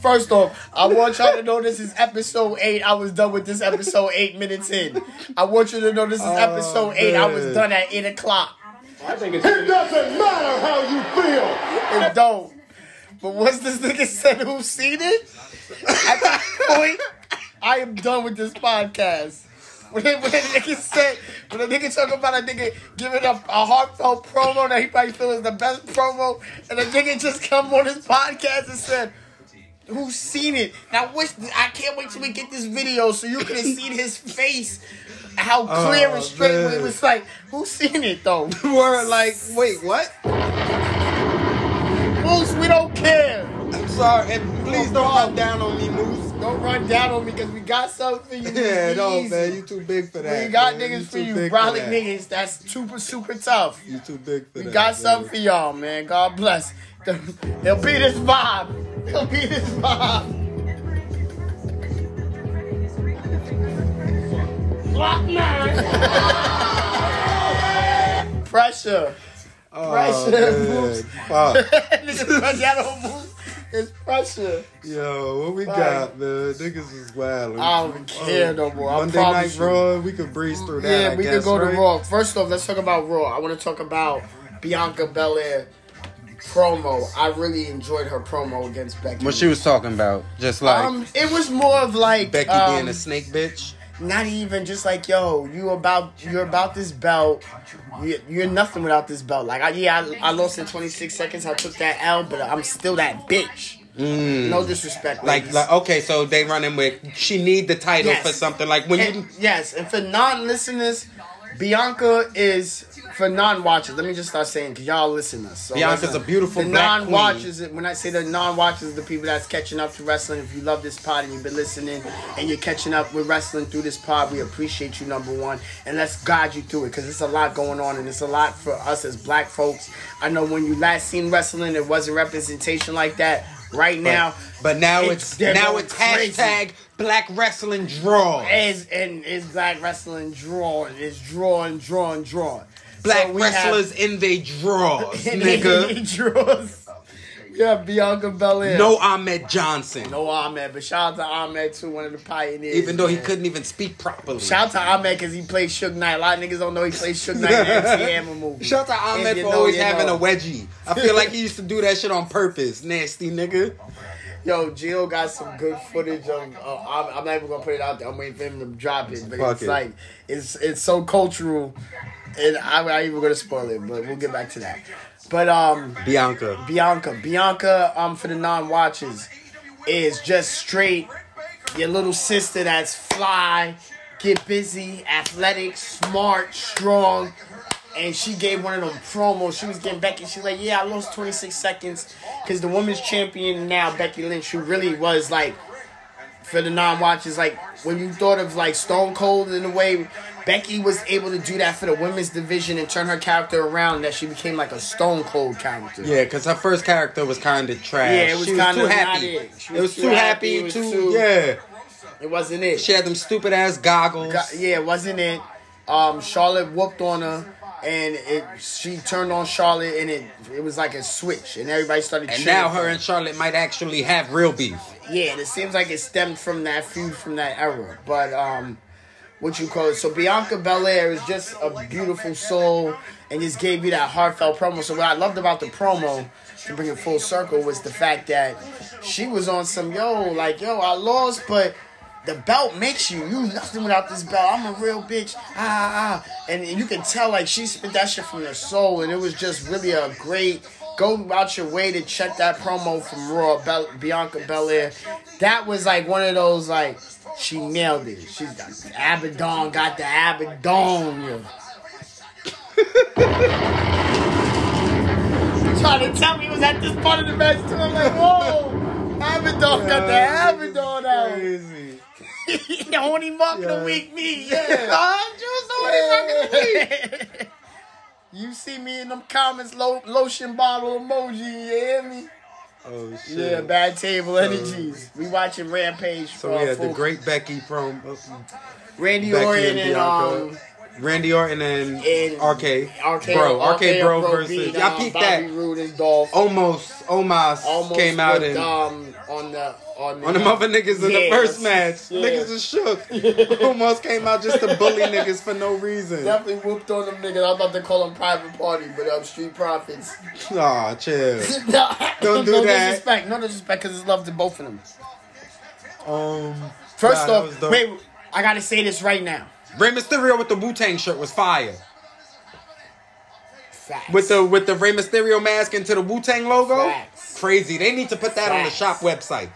Speaker 3: First off, I want y'all to know this is episode eight. I was done with this episode eight minutes in. I want you to know this
Speaker 6: Oh,
Speaker 3: is episode eight. I was
Speaker 4: man.
Speaker 3: done at eight o'clock.
Speaker 6: It doesn't matter how you feel.
Speaker 3: It don't. But once this nigga said who seen it, at that point, I am done with this podcast. When, it, when a nigga said, when a nigga talking about a nigga giving up a heartfelt promo that he probably feel is the best promo, and a nigga just come on his podcast and said, who seen it? Now, which I can't wait till we get this video so you could have seen his face, how clear
Speaker 4: Oh,
Speaker 3: and straight when he
Speaker 4: man.
Speaker 3: was like, who seen it though?
Speaker 4: Were like, wait, what?
Speaker 3: Moose, we don't care.
Speaker 4: I'm sorry, and please don't run down on me, Moose.
Speaker 3: Don't run down on me because we got something for you.
Speaker 4: Yeah,
Speaker 3: It's
Speaker 4: no,
Speaker 3: easy.
Speaker 4: man, you too big for that.
Speaker 3: We got
Speaker 4: man.
Speaker 3: niggas for
Speaker 4: too
Speaker 3: you,
Speaker 4: big
Speaker 3: brolic
Speaker 4: that.
Speaker 3: niggas. That's super, super tough.
Speaker 4: You too big for
Speaker 3: We
Speaker 4: that.
Speaker 3: got
Speaker 4: man.
Speaker 3: something for y'all, man. God bless. He'll be this vibe. He'll be this vibe. Pressure.
Speaker 4: Oh,
Speaker 3: Pressure,
Speaker 4: man.
Speaker 3: Moose.
Speaker 4: Fuck.
Speaker 3: Niggas run down on Moose. It's pressure.
Speaker 4: Yo, what we
Speaker 3: Fuck.
Speaker 4: got, man? Niggas is wild.
Speaker 3: I don't even care no more. I
Speaker 4: Monday
Speaker 3: promise
Speaker 4: Night
Speaker 3: you.
Speaker 4: Raw, we could breeze through that.
Speaker 3: Yeah,
Speaker 4: I
Speaker 3: we
Speaker 4: guess,
Speaker 3: could go
Speaker 4: right?
Speaker 3: to Raw. First off, let's talk about Raw. I want to talk about Bianca Belair promo. I really enjoyed her promo against Becky.
Speaker 4: What she was talking about, just like
Speaker 3: um, it was more of like
Speaker 4: Becky
Speaker 3: um,
Speaker 4: being a snake bitch.
Speaker 3: not even just like yo, you about you're about this belt. You- You're nothing without this belt. Like I, yeah, I, I lost in 26 seconds. I took that L, but I'm still that bitch. No disrespect,
Speaker 4: Mm. Like,
Speaker 3: ladies.
Speaker 4: like, okay, so they running with she need the title
Speaker 3: Yes.
Speaker 4: for something. Like when you
Speaker 3: And- yes, and for non-listeners, Bianca is for non-watchers. Let me just start saying because y'all listen to us. So
Speaker 4: Bianca's
Speaker 3: listen.
Speaker 4: a beautiful
Speaker 3: The
Speaker 4: black
Speaker 3: non-watchers. When I say the non-watchers, the people that's catching up to wrestling. If you love this pod and you've been listening and you're catching up with wrestling through this pod, we appreciate you number one, and let's guide you through it because it's a lot going on and it's a lot for us as black folks. I know when you last seen wrestling, there wasn't representation like that. Right now,
Speaker 4: but now
Speaker 3: it's-
Speaker 4: it's,
Speaker 3: they're
Speaker 4: now
Speaker 3: going
Speaker 4: it's
Speaker 3: crazy.
Speaker 4: hashtag Black Wrestling Draw.
Speaker 3: is and is black wrestling drawing is drawing drawing drawing
Speaker 4: Black
Speaker 3: So we have-
Speaker 4: wrestlers in they draws,
Speaker 3: and
Speaker 4: nigga.
Speaker 3: he draws yeah Bianca Belair
Speaker 4: No Ahmed Johnson.
Speaker 3: no Ahmed but shout out to Ahmed too one of the pioneers
Speaker 4: Even though he
Speaker 3: man.
Speaker 4: couldn't even speak properly.
Speaker 3: Shout out to Ahmed because he played Suge Knight. A lot of niggas don't know he played Suge Knight in the MC Hammer movie.
Speaker 4: Shout out to
Speaker 3: If
Speaker 4: Ahmed
Speaker 3: you
Speaker 4: for
Speaker 3: know,
Speaker 4: always
Speaker 3: you
Speaker 4: having
Speaker 3: know.
Speaker 4: a wedgie. I feel like he used to do that shit on purpose. Nasty nigga.
Speaker 3: Yo, Jill got some good footage of. Uh, I'm, I'm not even gonna put it out there. I'm waiting for him to drop it, but
Speaker 4: Fuck
Speaker 3: it's
Speaker 4: it.
Speaker 3: like it's it's so cultural, and I'm not even gonna spoil it. But we'll get back to that. But um,
Speaker 4: Bianca.
Speaker 3: Bianca. Bianca, um, for the non-watchers, is just straight your little sister that's fly, get busy, athletic, smart, strong. And she gave one of them promos. She was getting Becky. She's like, "Yeah, I lost 26 seconds because the women's champion now, Becky Lynch, who really was like for the non-watchers, like when you thought of like Stone Cold in a way, Becky was able to do that for the women's division and turn her character around. That she became like a Stone Cold character.
Speaker 4: Yeah, because her first character was kind of trash.
Speaker 3: Yeah, it was
Speaker 4: she was
Speaker 3: kinda
Speaker 4: too
Speaker 3: not
Speaker 4: happy.
Speaker 3: it. She
Speaker 4: it was too happy,
Speaker 3: it was
Speaker 4: too,
Speaker 3: too-
Speaker 4: Yeah.
Speaker 3: It wasn't it.
Speaker 4: She had them stupid ass goggles.
Speaker 3: Got- yeah, it wasn't it. Um, Charlotte whooped on her, and it she turned on Charlotte, and it it was like a switch, and everybody started.
Speaker 4: And
Speaker 3: cheering
Speaker 4: now
Speaker 3: for
Speaker 4: her and Charlotte might actually have real beef.
Speaker 3: yeah, and it seems like it stemmed from that feud from that era. But um, what you call it? So Bianca Belair is just a beautiful soul, and just gave you that heartfelt promo. So what I loved about the promo to bring it full circle was the fact that she was on some yo like yo I lost, but. The belt makes you. You nothing without this belt. I'm a real bitch. Ah, ah, ah. And you can tell, like, she spit that shit from her soul. And it was just really a great go out your way to check that promo from Raw Bel- Bianca Belair. That was like one of those like she nailed it. She's got the Abaddon, got the Abaddon. Trying to tell me it was at this part of the match too. I'm like, whoa, Abaddon got the Abaddon out.
Speaker 4: Crazy.
Speaker 3: the only mark of the
Speaker 4: Yeah.
Speaker 3: week, me. Yeah,
Speaker 4: I'm just on
Speaker 3: You see me in them comments, lo- lotion bottle emoji, you hear me?
Speaker 4: Oh shit.
Speaker 3: Yeah, bad table energies. We watching Rampage.
Speaker 4: So
Speaker 3: uh,
Speaker 4: we had the
Speaker 3: full-
Speaker 4: great Becky from uh,
Speaker 3: Randy
Speaker 4: Becky
Speaker 3: Orton
Speaker 4: and
Speaker 3: and
Speaker 4: Bianca.
Speaker 3: um,
Speaker 4: Randy Orton and,
Speaker 3: and
Speaker 4: RK.
Speaker 3: RK
Speaker 4: Bro, RK, Bro,
Speaker 3: beat, um,
Speaker 4: versus. Y'all peeped
Speaker 3: Bobby
Speaker 4: that.
Speaker 3: Roode and Dolph.
Speaker 4: Almost, almost,
Speaker 3: almost
Speaker 4: came out
Speaker 3: with,
Speaker 4: and.
Speaker 3: um, on the on the
Speaker 4: on the mother niggas in the
Speaker 3: Yeah,
Speaker 4: first match,
Speaker 3: that's- yeah.
Speaker 4: niggas is shook. Almost came out just to bully niggas for no reason.
Speaker 3: Definitely whooped on them niggas. I'm about to call them private party, but um, street profits.
Speaker 4: Aw, chill.
Speaker 3: no,
Speaker 4: Don't do
Speaker 3: no
Speaker 4: that.
Speaker 3: disrespect. No disrespect, because it's love to both of them.
Speaker 4: Um,
Speaker 3: First
Speaker 4: Nah, that was
Speaker 3: off,
Speaker 4: dope.
Speaker 3: wait, I gotta say this right now.
Speaker 4: Rey Mysterio with the Wu Tang shirt was fire.
Speaker 3: Facts.
Speaker 4: With the with the Rey Mysterio mask into the Wu Tang logo,
Speaker 3: Facts.
Speaker 4: crazy. They need to put that on the
Speaker 3: Facts.
Speaker 4: shop website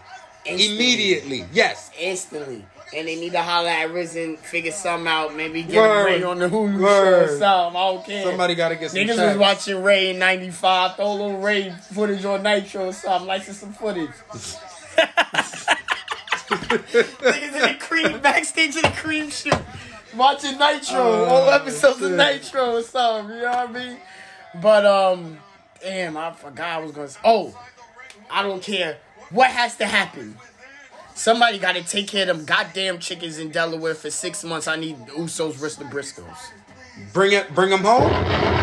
Speaker 3: Instantly.
Speaker 4: immediately. Yes,
Speaker 3: instantly. And they need to holler at Risen, figure something out, maybe get
Speaker 4: Word.
Speaker 3: Ray on the Hulu
Speaker 4: Word.
Speaker 3: show or something. I don't care.
Speaker 4: somebody got to get some.
Speaker 3: Niggas
Speaker 4: checks.
Speaker 3: was watching Ray in 95, throw a little Ray footage on Nitro or something, license some footage. Niggas in the cream, backstage in the cream shoot, watching Nitro,
Speaker 4: Oh,
Speaker 3: all episodes
Speaker 4: shit.
Speaker 3: of Nitro or something, you know what I mean? But, um, damn, I forgot I was gonna say. Oh, I don't care. What has to happen? Somebody gotta take care of them goddamn chickens in Delaware for six months. I need the Usos versus the Briscoes.
Speaker 4: Bring it, bring them home.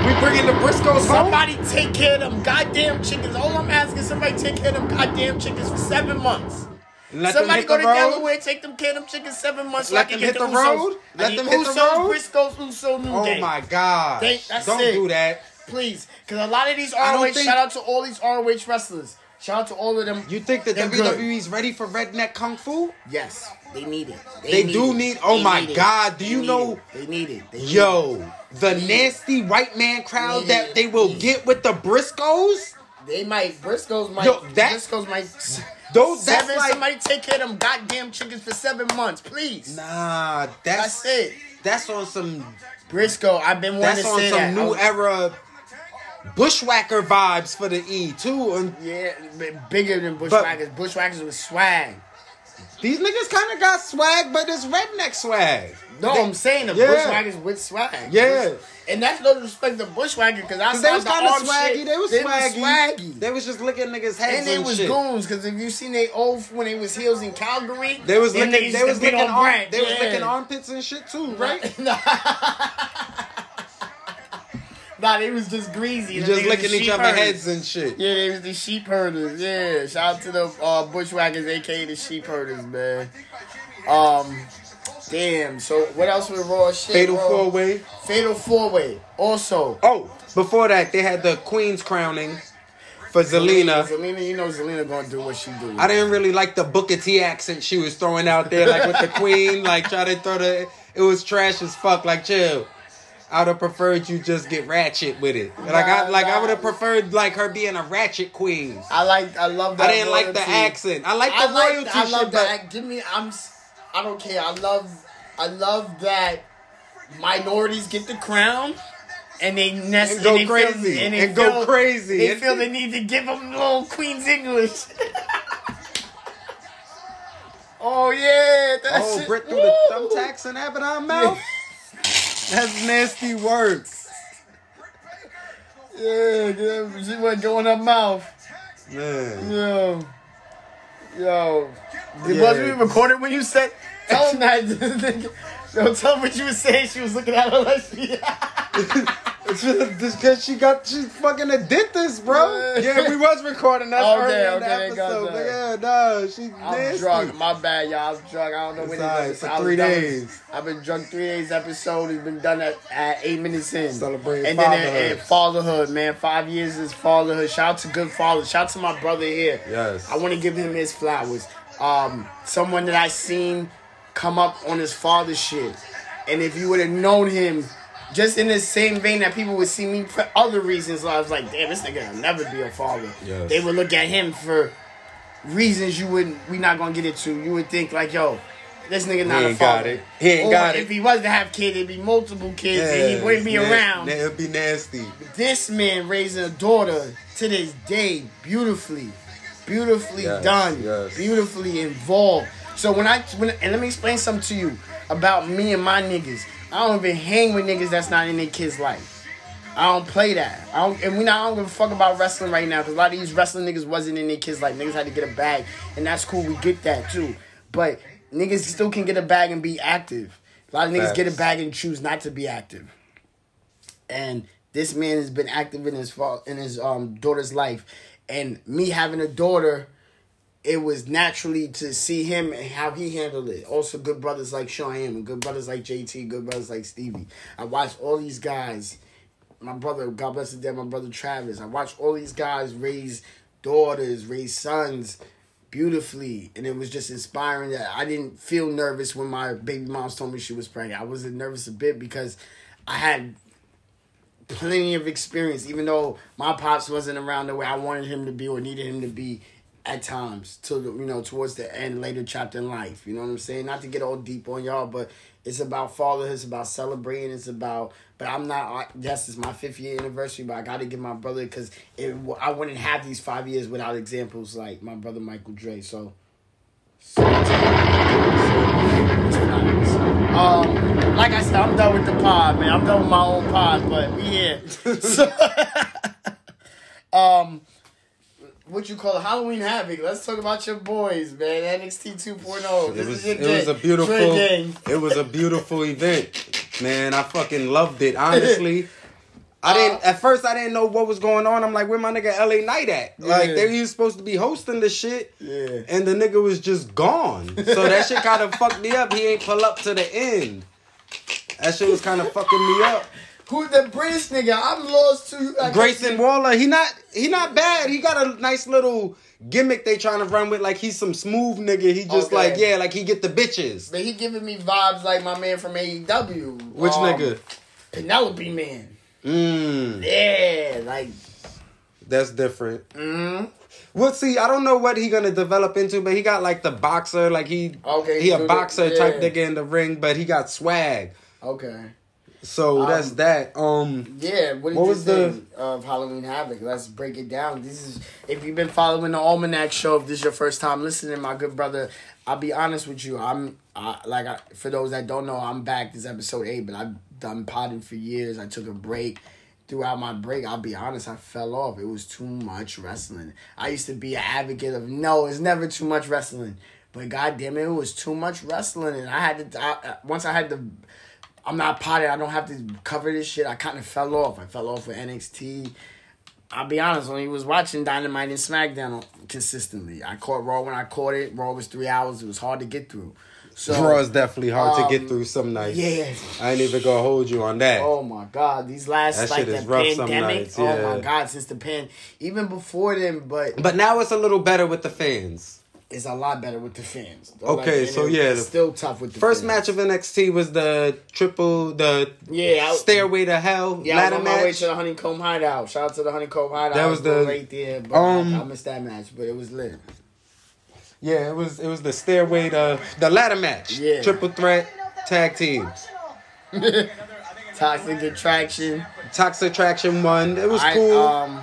Speaker 4: We bringing the Briscoes home.
Speaker 3: Somebody take care of them goddamn chickens. All I'm asking is somebody take care of them goddamn chickens for seven months.
Speaker 4: Let them
Speaker 3: somebody
Speaker 4: hit
Speaker 3: go
Speaker 4: the
Speaker 3: to
Speaker 4: road.
Speaker 3: Delaware, take them care of them chickens seven months. so
Speaker 4: Let
Speaker 3: I can
Speaker 4: them
Speaker 3: get
Speaker 4: hit the
Speaker 3: Usos.
Speaker 4: road.
Speaker 3: I
Speaker 4: Let
Speaker 3: need
Speaker 4: them hit the
Speaker 3: Usos,
Speaker 4: road.
Speaker 3: Briscoes, Uso, New
Speaker 4: Oh
Speaker 3: Day.
Speaker 4: my god!
Speaker 3: They- that's
Speaker 4: Don't
Speaker 3: it.
Speaker 4: do that.
Speaker 3: Please, because a lot of these
Speaker 4: don't
Speaker 3: ROH.
Speaker 4: think-
Speaker 3: Shout out to all these ROH wrestlers. Shout out to all of them.
Speaker 4: You think that
Speaker 3: They're good.
Speaker 4: WWE's ready for redneck kung fu?
Speaker 3: Yes, they need it.
Speaker 4: They do need- oh my God, do
Speaker 3: They
Speaker 4: you
Speaker 3: need
Speaker 4: know-
Speaker 3: it. They need it. They need it.
Speaker 4: Yo, the nasty white man crowd that they will get with the Briscoes.
Speaker 3: They might Briscoes might
Speaker 4: Yo, that-
Speaker 3: Briscoes might
Speaker 4: Those that's
Speaker 3: seven,
Speaker 4: like
Speaker 3: somebody take care of them goddamn chickens for seven months, please.
Speaker 4: nah. That's,
Speaker 3: That's it.
Speaker 4: That's on some.
Speaker 3: Briscoe, I've been wanting
Speaker 4: That's
Speaker 3: to
Speaker 4: on
Speaker 3: say
Speaker 4: some
Speaker 3: that.
Speaker 4: new
Speaker 3: I-
Speaker 4: era bushwhacker vibes for the E too. And
Speaker 3: Yeah, b- bigger than Bushwhackers. Bushwhackers was swag.
Speaker 4: these niggas kind of got swag, but it's redneck swag.
Speaker 3: No,
Speaker 4: They-
Speaker 3: I'm saying the
Speaker 4: yeah.
Speaker 3: Bushwhackers with swag.
Speaker 4: Yeah.
Speaker 3: Bush- and that's no disrespect to Bushwhacker because I
Speaker 4: 'Cause
Speaker 3: saw
Speaker 4: they was
Speaker 3: the
Speaker 4: kind of
Speaker 3: arm
Speaker 4: swaggy.
Speaker 3: shit.
Speaker 4: They was swaggy.
Speaker 3: swaggy.
Speaker 4: They was just licking niggas' heads
Speaker 3: and
Speaker 4: and,
Speaker 3: they was
Speaker 4: shit.
Speaker 3: goons because if you seen they old when they was heels in Calgary,
Speaker 4: They was
Speaker 3: them
Speaker 4: licking.
Speaker 3: niggas
Speaker 4: They
Speaker 3: used
Speaker 4: was
Speaker 3: to get
Speaker 4: licking.
Speaker 3: on
Speaker 4: Arm,
Speaker 3: Brad.
Speaker 4: they was
Speaker 3: Yeah.
Speaker 4: licking armpits and shit too, right?
Speaker 3: Nah, they was just greasy. Them
Speaker 4: just
Speaker 3: niggas
Speaker 4: licking
Speaker 3: was
Speaker 4: each
Speaker 3: sheep
Speaker 4: other
Speaker 3: herders.
Speaker 4: heads and shit.
Speaker 3: Yeah, they was the sheep herders. Yeah, shout out to the uh, bushwhackers, aka the sheep herders, man. Um, damn. So what else with Raw shit?
Speaker 4: Fatal
Speaker 3: Raw-
Speaker 4: four way.
Speaker 3: Fatal four way. Also,
Speaker 4: Oh, before that, they had the Queen's crowning for Zelina.
Speaker 3: Zelina, you know Zelina gonna do what she do.
Speaker 4: I didn't really like the Booker T accent she was throwing out there, like with the Queen, like try to throw the. It was trash as fuck. Like chill. I'd have preferred you just get ratchet with it. Like I
Speaker 3: Nah,
Speaker 4: like I
Speaker 3: nah.
Speaker 4: would have preferred like her being a ratchet queen.
Speaker 3: I like. I love that.
Speaker 4: I didn't like the
Speaker 3: royalty.
Speaker 4: accent. I like the
Speaker 3: I like.
Speaker 4: royalty
Speaker 3: I love
Speaker 4: shit,
Speaker 3: that.
Speaker 4: but
Speaker 3: act. Give me. I'm. s- I don't care. I love. I love that minorities get the crown. And they nest
Speaker 4: And go
Speaker 3: they feel-
Speaker 4: crazy.
Speaker 3: they
Speaker 4: And go
Speaker 3: feel-
Speaker 4: crazy.
Speaker 3: They
Speaker 4: And-
Speaker 3: feel the need to give them little Queen's English. oh yeah, that
Speaker 4: oh,
Speaker 3: shit.
Speaker 4: Brit through the
Speaker 3: Woo!
Speaker 4: thumbtacks and have it on mouth. That's nasty work.
Speaker 3: Yeah, yeah, she wasn't going her mouth.
Speaker 4: Man.
Speaker 3: Yo. Yo. It
Speaker 4: Yeah.
Speaker 3: wasn't even recorded when you said. Tell him that. Yo, tell him what you were saying. She was looking at her like she.
Speaker 4: Just cause she got she's fucking a dentist, bro.
Speaker 3: Yeah.
Speaker 4: Yeah, we was recording that
Speaker 3: Okay,
Speaker 4: earlier in the
Speaker 3: okay,
Speaker 4: episode.
Speaker 3: gotcha.
Speaker 4: But yeah, nah, she
Speaker 3: I'm
Speaker 4: nasty.
Speaker 3: drunk. My bad, y'all. I'm drunk. I don't know
Speaker 4: It's
Speaker 3: when
Speaker 4: alright,
Speaker 3: it is.
Speaker 4: for
Speaker 3: I was
Speaker 4: three
Speaker 3: done-
Speaker 4: days.
Speaker 3: I've been drunk three days. Episode has been done at, at eight minutes in.
Speaker 4: Celebrating
Speaker 3: and then
Speaker 4: fatherhood.
Speaker 3: and, and fatherhood, man. Five years is fatherhood. Shout out to good father. Shout out to my brother here.
Speaker 4: Yes.
Speaker 3: I want to give him his flowers. Um, someone that I seen come up on his father shit, and if you would have known him. Just in the same vein that people would see me for other reasons, so I was like, "Damn, this nigga will never be a father."
Speaker 4: Yes.
Speaker 3: They would look at him for reasons you wouldn't we not gonna get into. You would think like, yo, this nigga not a
Speaker 4: ain't got
Speaker 3: father.
Speaker 4: it. He ain't
Speaker 3: or
Speaker 4: got
Speaker 3: if
Speaker 4: it.
Speaker 3: he was to have kids, it'd be multiple kids and he wouldn't be
Speaker 4: it's na-
Speaker 3: around.
Speaker 4: na- It'd be nasty.
Speaker 3: This man raising a daughter to this day beautifully. Beautifully
Speaker 4: Yes,
Speaker 3: done.
Speaker 4: yes.
Speaker 3: Beautifully involved. So when I when and let me explain something to you about me and my niggas. I don't even hang with niggas that's not in their kids' life. I don't play that. I don't, and we not. I don't give a fuck about wrestling right now because a lot of these wrestling niggas wasn't in their kids' life. Niggas had to get a bag, and that's cool. We get that too. But niggas still can get a bag and be active. A lot of niggas get a
Speaker 4: Facts.
Speaker 3: bag and choose not to be active. And this man has been active in his fa- in his um daughter's life, and me having a daughter it was naturally to see him and how he handled it. Also, good brothers like Am and good brothers like JT, good brothers like Stevie. I watched all these guys. My brother, God bless his dead, my brother Travis. I watched all these guys raise daughters, raise sons beautifully, and it was just inspiring. That I didn't feel nervous when my baby moms told me she was pregnant. I wasn't nervous a bit because I had plenty of experience, even though my pops wasn't around the way I wanted him to be or needed him to be at times to the you know towards the end later chapter in life you know what i'm saying not to get all deep on y'all but it's about fatherhood it's about celebrating it's about but i'm not I, yes it's my fifth year anniversary but i gotta give my brother because i wouldn't have these five years without examples like my brother michael dre so um, like I said, I'm done with the pod, man. I'm done with my own pod, but we here. So, um, what you call it? Halloween Havoc. Let's talk about your boys, man. NXT 2.0. oh. This
Speaker 4: It was
Speaker 3: is your
Speaker 4: it
Speaker 3: day.
Speaker 4: was a beautiful
Speaker 3: Your day.
Speaker 4: it was a beautiful event. Man, I fucking loved it. Honestly. I
Speaker 3: Uh,
Speaker 4: didn't at first I didn't know what was going on. I'm like, where my nigga LA Knight at? Like
Speaker 3: Yeah.
Speaker 4: they he was supposed to be hosting the shit.
Speaker 3: Yeah.
Speaker 4: And the nigga was just gone. So that shit kinda fucked me up. He ain't pull up to the end. That shit was kinda fucking me up.
Speaker 3: Who the British nigga? I'm lost to you. I guess-
Speaker 4: Grayson Waller, he not he not bad. He got a nice little gimmick they trying to run with. Like he's some smooth nigga. He just
Speaker 3: Okay.
Speaker 4: like, yeah, like he get the bitches.
Speaker 3: But he giving me vibes like my man from AEW.
Speaker 4: Which
Speaker 3: um,
Speaker 4: nigga?
Speaker 3: Penelope Man.
Speaker 4: Mmm.
Speaker 3: Yeah, like
Speaker 4: That's different. Mm. Well, see, I don't know what he gonna develop into, but he got like the boxer, like he
Speaker 3: Okay,
Speaker 4: he
Speaker 3: so
Speaker 4: a
Speaker 3: the-
Speaker 4: boxer type
Speaker 3: yeah.
Speaker 4: nigga in the ring, but he got swag.
Speaker 3: okay.
Speaker 4: So that's that. Um,
Speaker 3: Yeah, what, did
Speaker 4: What
Speaker 3: you
Speaker 4: was
Speaker 3: think of Halloween Havoc? Let's break it down. This is if you've been following the Almanac show. If this is your first time listening, my good brother, I'll be honest with you. I'm I, like I, for those that don't know, I'm back. This is episode eight, but I've done potting for years. I took a break. Throughout my break, I'll be honest, I fell off. It was too much wrestling. I used to be an advocate of no, it's never too much wrestling. But goddamn it, it was too much wrestling, and I had to. I, I- once I had to I'm not potted. I don't have to cover this shit. I kind of fell off. I fell off with NXT. I'll be honest. When he was watching Dynamite and SmackDown consistently, I caught Raw when I caught it. Raw was three hours. It was hard to get through. So
Speaker 4: Raw is definitely hard to
Speaker 3: um,
Speaker 4: get through some nights.
Speaker 3: yeah.
Speaker 4: I ain't even gonna hold you on that.
Speaker 3: Oh my god, these last
Speaker 4: That
Speaker 3: like
Speaker 4: shit
Speaker 3: the
Speaker 4: is rough some
Speaker 3: pandemic.
Speaker 4: nights,
Speaker 3: Oh
Speaker 4: yeah.
Speaker 3: my god, since the pan, even before then, but
Speaker 4: But now it's a little better with the fans.
Speaker 3: it's a lot better with the fans.
Speaker 4: Okay,
Speaker 3: and
Speaker 4: so
Speaker 3: it-
Speaker 4: yeah,
Speaker 3: it's
Speaker 4: the
Speaker 3: still tough with the
Speaker 4: First
Speaker 3: fans.
Speaker 4: match of NXT was the triple, the
Speaker 3: Yeah, I-
Speaker 4: stairway to hell
Speaker 3: Yeah, I
Speaker 4: ladder
Speaker 3: was on my way
Speaker 4: match.
Speaker 3: to the Honeycomb Hideout. Shout out to the Honeycomb Hideout.
Speaker 4: That was
Speaker 3: It
Speaker 4: the-
Speaker 3: right there. But
Speaker 4: um,
Speaker 3: I, I missed that match, but it was lit.
Speaker 4: Yeah, it was it was the stairway to the ladder match.
Speaker 3: Yeah.
Speaker 4: Triple threat tag team.
Speaker 3: Toxic Attraction.
Speaker 4: Toxic Attraction won. It was
Speaker 3: I,
Speaker 4: cool.
Speaker 3: um,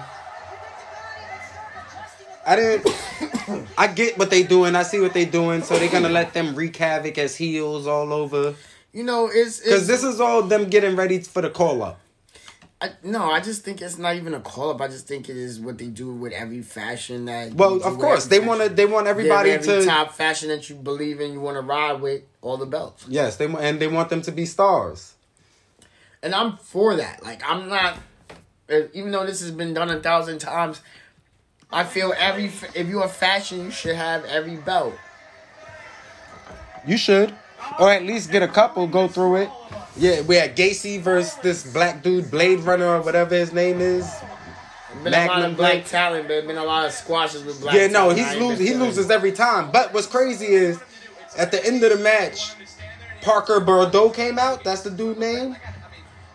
Speaker 4: I didn't. I get what they doing. I see what they doing. So they're gonna let them wreak havoc as heels all over.
Speaker 3: you know, it's it's
Speaker 4: Cause this is all them getting ready for the call up.
Speaker 3: I, no. I just think it's not even a call up. I just think it is what they do with every fashion that. you
Speaker 4: Well,
Speaker 3: do
Speaker 4: of
Speaker 3: with
Speaker 4: course
Speaker 3: every
Speaker 4: they
Speaker 3: fashion.
Speaker 4: want to. They want everybody
Speaker 3: Yeah, with every
Speaker 4: to.
Speaker 3: top fashion that you believe in, you want to ride with all the belts,
Speaker 4: Yes, they want and they want them to be stars.
Speaker 3: and I'm for that. Like I'm not, eh, even though this has been done a thousand times. I feel every f- if you're a fashion, you should have every belt.
Speaker 4: You should, or at least get a couple. Go through it. Yeah, we had Gacy versus this black dude, Blade Runner or whatever his name is.
Speaker 3: Been a lot
Speaker 4: Magnum
Speaker 3: of black
Speaker 4: Black.
Speaker 3: talent, but been a lot of squashes with black.
Speaker 4: Yeah, no,
Speaker 3: talent. I
Speaker 4: he's
Speaker 3: ain't
Speaker 4: lose,
Speaker 3: been
Speaker 4: he
Speaker 3: feeling
Speaker 4: loses every time. But what's crazy is, at the end of the match, Parker Bordeaux came out. That's the dude name.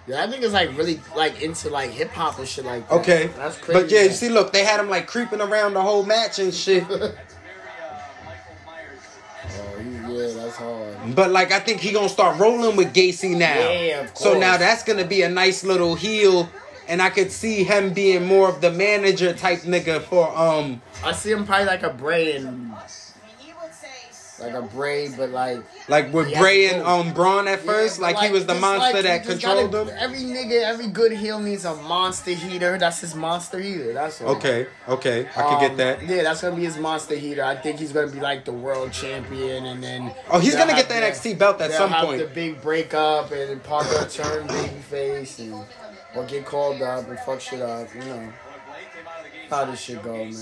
Speaker 3: Yeah, I think it's like really like into like hip hop and shit like that.
Speaker 4: Okay,
Speaker 3: that's crazy.
Speaker 4: But yeah, you see, look, they had him like creeping around the whole match and shit.
Speaker 3: Oh, he- yeah, that's hard.
Speaker 4: but like, I think he gonna start rolling with Gacy now.
Speaker 3: Yeah, of
Speaker 4: So now
Speaker 3: course.
Speaker 4: that's gonna be a nice little heel, and I could see him being more of the manager type nigga for um.
Speaker 3: I see him probably like a braid and
Speaker 7: When you would say
Speaker 3: like a braid, but like
Speaker 4: Like with
Speaker 3: Yeah,
Speaker 4: Bray and
Speaker 3: cool.
Speaker 4: um Braun at first,
Speaker 3: Yeah,
Speaker 4: like,
Speaker 3: but,
Speaker 4: he was the
Speaker 3: just
Speaker 4: monster
Speaker 3: like,
Speaker 4: that
Speaker 3: you just
Speaker 4: controlled
Speaker 3: gotta-
Speaker 4: him.
Speaker 3: Every nigga, every good heel needs a monster heater. That's his monster heater. That's all.
Speaker 4: Okay, okay, I can
Speaker 3: Um,
Speaker 4: get that.
Speaker 3: Yeah, that's gonna be his monster heater. I think he's gonna be like the world champion, and then
Speaker 4: Oh, he's
Speaker 3: they'll
Speaker 4: gonna
Speaker 3: have
Speaker 4: get that
Speaker 3: the-
Speaker 4: NXT belt at
Speaker 3: they'll
Speaker 4: some
Speaker 3: have
Speaker 4: point.
Speaker 3: The big breakup, and then Parker turn babyface, and or get called up and fuck shit up. You know how this shit go, man.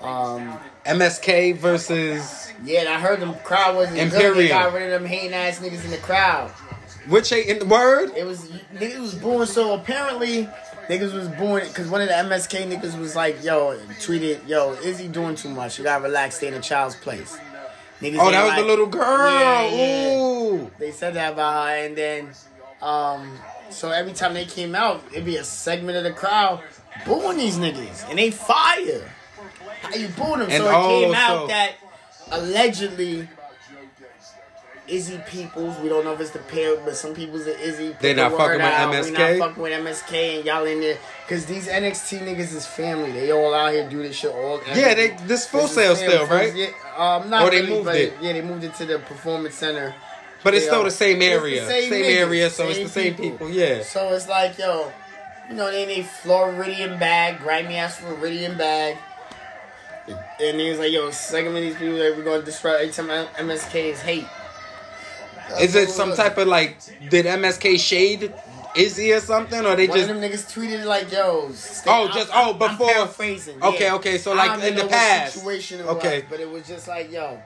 Speaker 3: Um,
Speaker 4: MSK versus
Speaker 3: yeah, and I heard the crowd wasn't good. They
Speaker 4: Imperium.
Speaker 3: got rid of them hating ass niggas in the crowd.
Speaker 4: which ain't in the word.
Speaker 3: It was niggas was booing. So apparently, niggas was booing because one of the MSK niggas was like, "Yo," tweeted, "Yo, is he doing too much? You gotta relax. Stay in a child's place." Niggas
Speaker 4: Oh,
Speaker 3: ain't
Speaker 4: that was the
Speaker 3: like-
Speaker 4: little girl.
Speaker 3: Yeah, yeah.
Speaker 4: Ooh.
Speaker 3: They said that about her, and then, um, so every time they came out, it'd be a segment of the crowd booing these niggas, and they fire. How you boo them?
Speaker 4: And oh,
Speaker 3: so it came
Speaker 4: also-
Speaker 3: out that allegedly. Izzy Peoples, we don't know if it's the pair, but some people's are Izzy. put
Speaker 4: They
Speaker 3: the
Speaker 4: not fucking
Speaker 3: word
Speaker 4: with
Speaker 3: out, We
Speaker 4: MSK?
Speaker 3: not fucking with MSK, and y'all in there because these NXT niggas is family. They all out here do this shit all.
Speaker 4: Yeah, they- this Full
Speaker 3: is
Speaker 4: Sail
Speaker 3: family.
Speaker 4: still, right?
Speaker 3: Yeah, um, not
Speaker 4: Or they
Speaker 3: really,
Speaker 4: moved
Speaker 3: but
Speaker 4: it.
Speaker 3: Yeah, they moved it to the Performance Center.
Speaker 4: But it's
Speaker 3: Yeah.
Speaker 4: still the same
Speaker 3: It's the
Speaker 4: area.
Speaker 3: same
Speaker 4: same
Speaker 3: niggas,
Speaker 4: area, so
Speaker 3: same
Speaker 4: it's the same
Speaker 3: people.
Speaker 4: people. Yeah.
Speaker 3: So it's like, yo, you know, they need Floridian bag, grimy ass Floridian bag. And he was like, yo, segment these people that we're gonna describe every time MSK is hate.
Speaker 4: Is it some type of like did MSK shade Izzy or something, or they
Speaker 3: One
Speaker 4: just
Speaker 3: of them niggas tweeted like, "Yo, stay,
Speaker 4: Oh, just- oh,
Speaker 3: I'm
Speaker 4: before-
Speaker 3: paraphrasing.
Speaker 4: Okay,
Speaker 3: yeah.
Speaker 4: okay, so,
Speaker 3: I
Speaker 4: like,
Speaker 3: don't
Speaker 4: in
Speaker 3: even
Speaker 4: the
Speaker 3: know what
Speaker 4: past.
Speaker 3: situation it
Speaker 4: Okay.
Speaker 3: was, but it was just like, yo,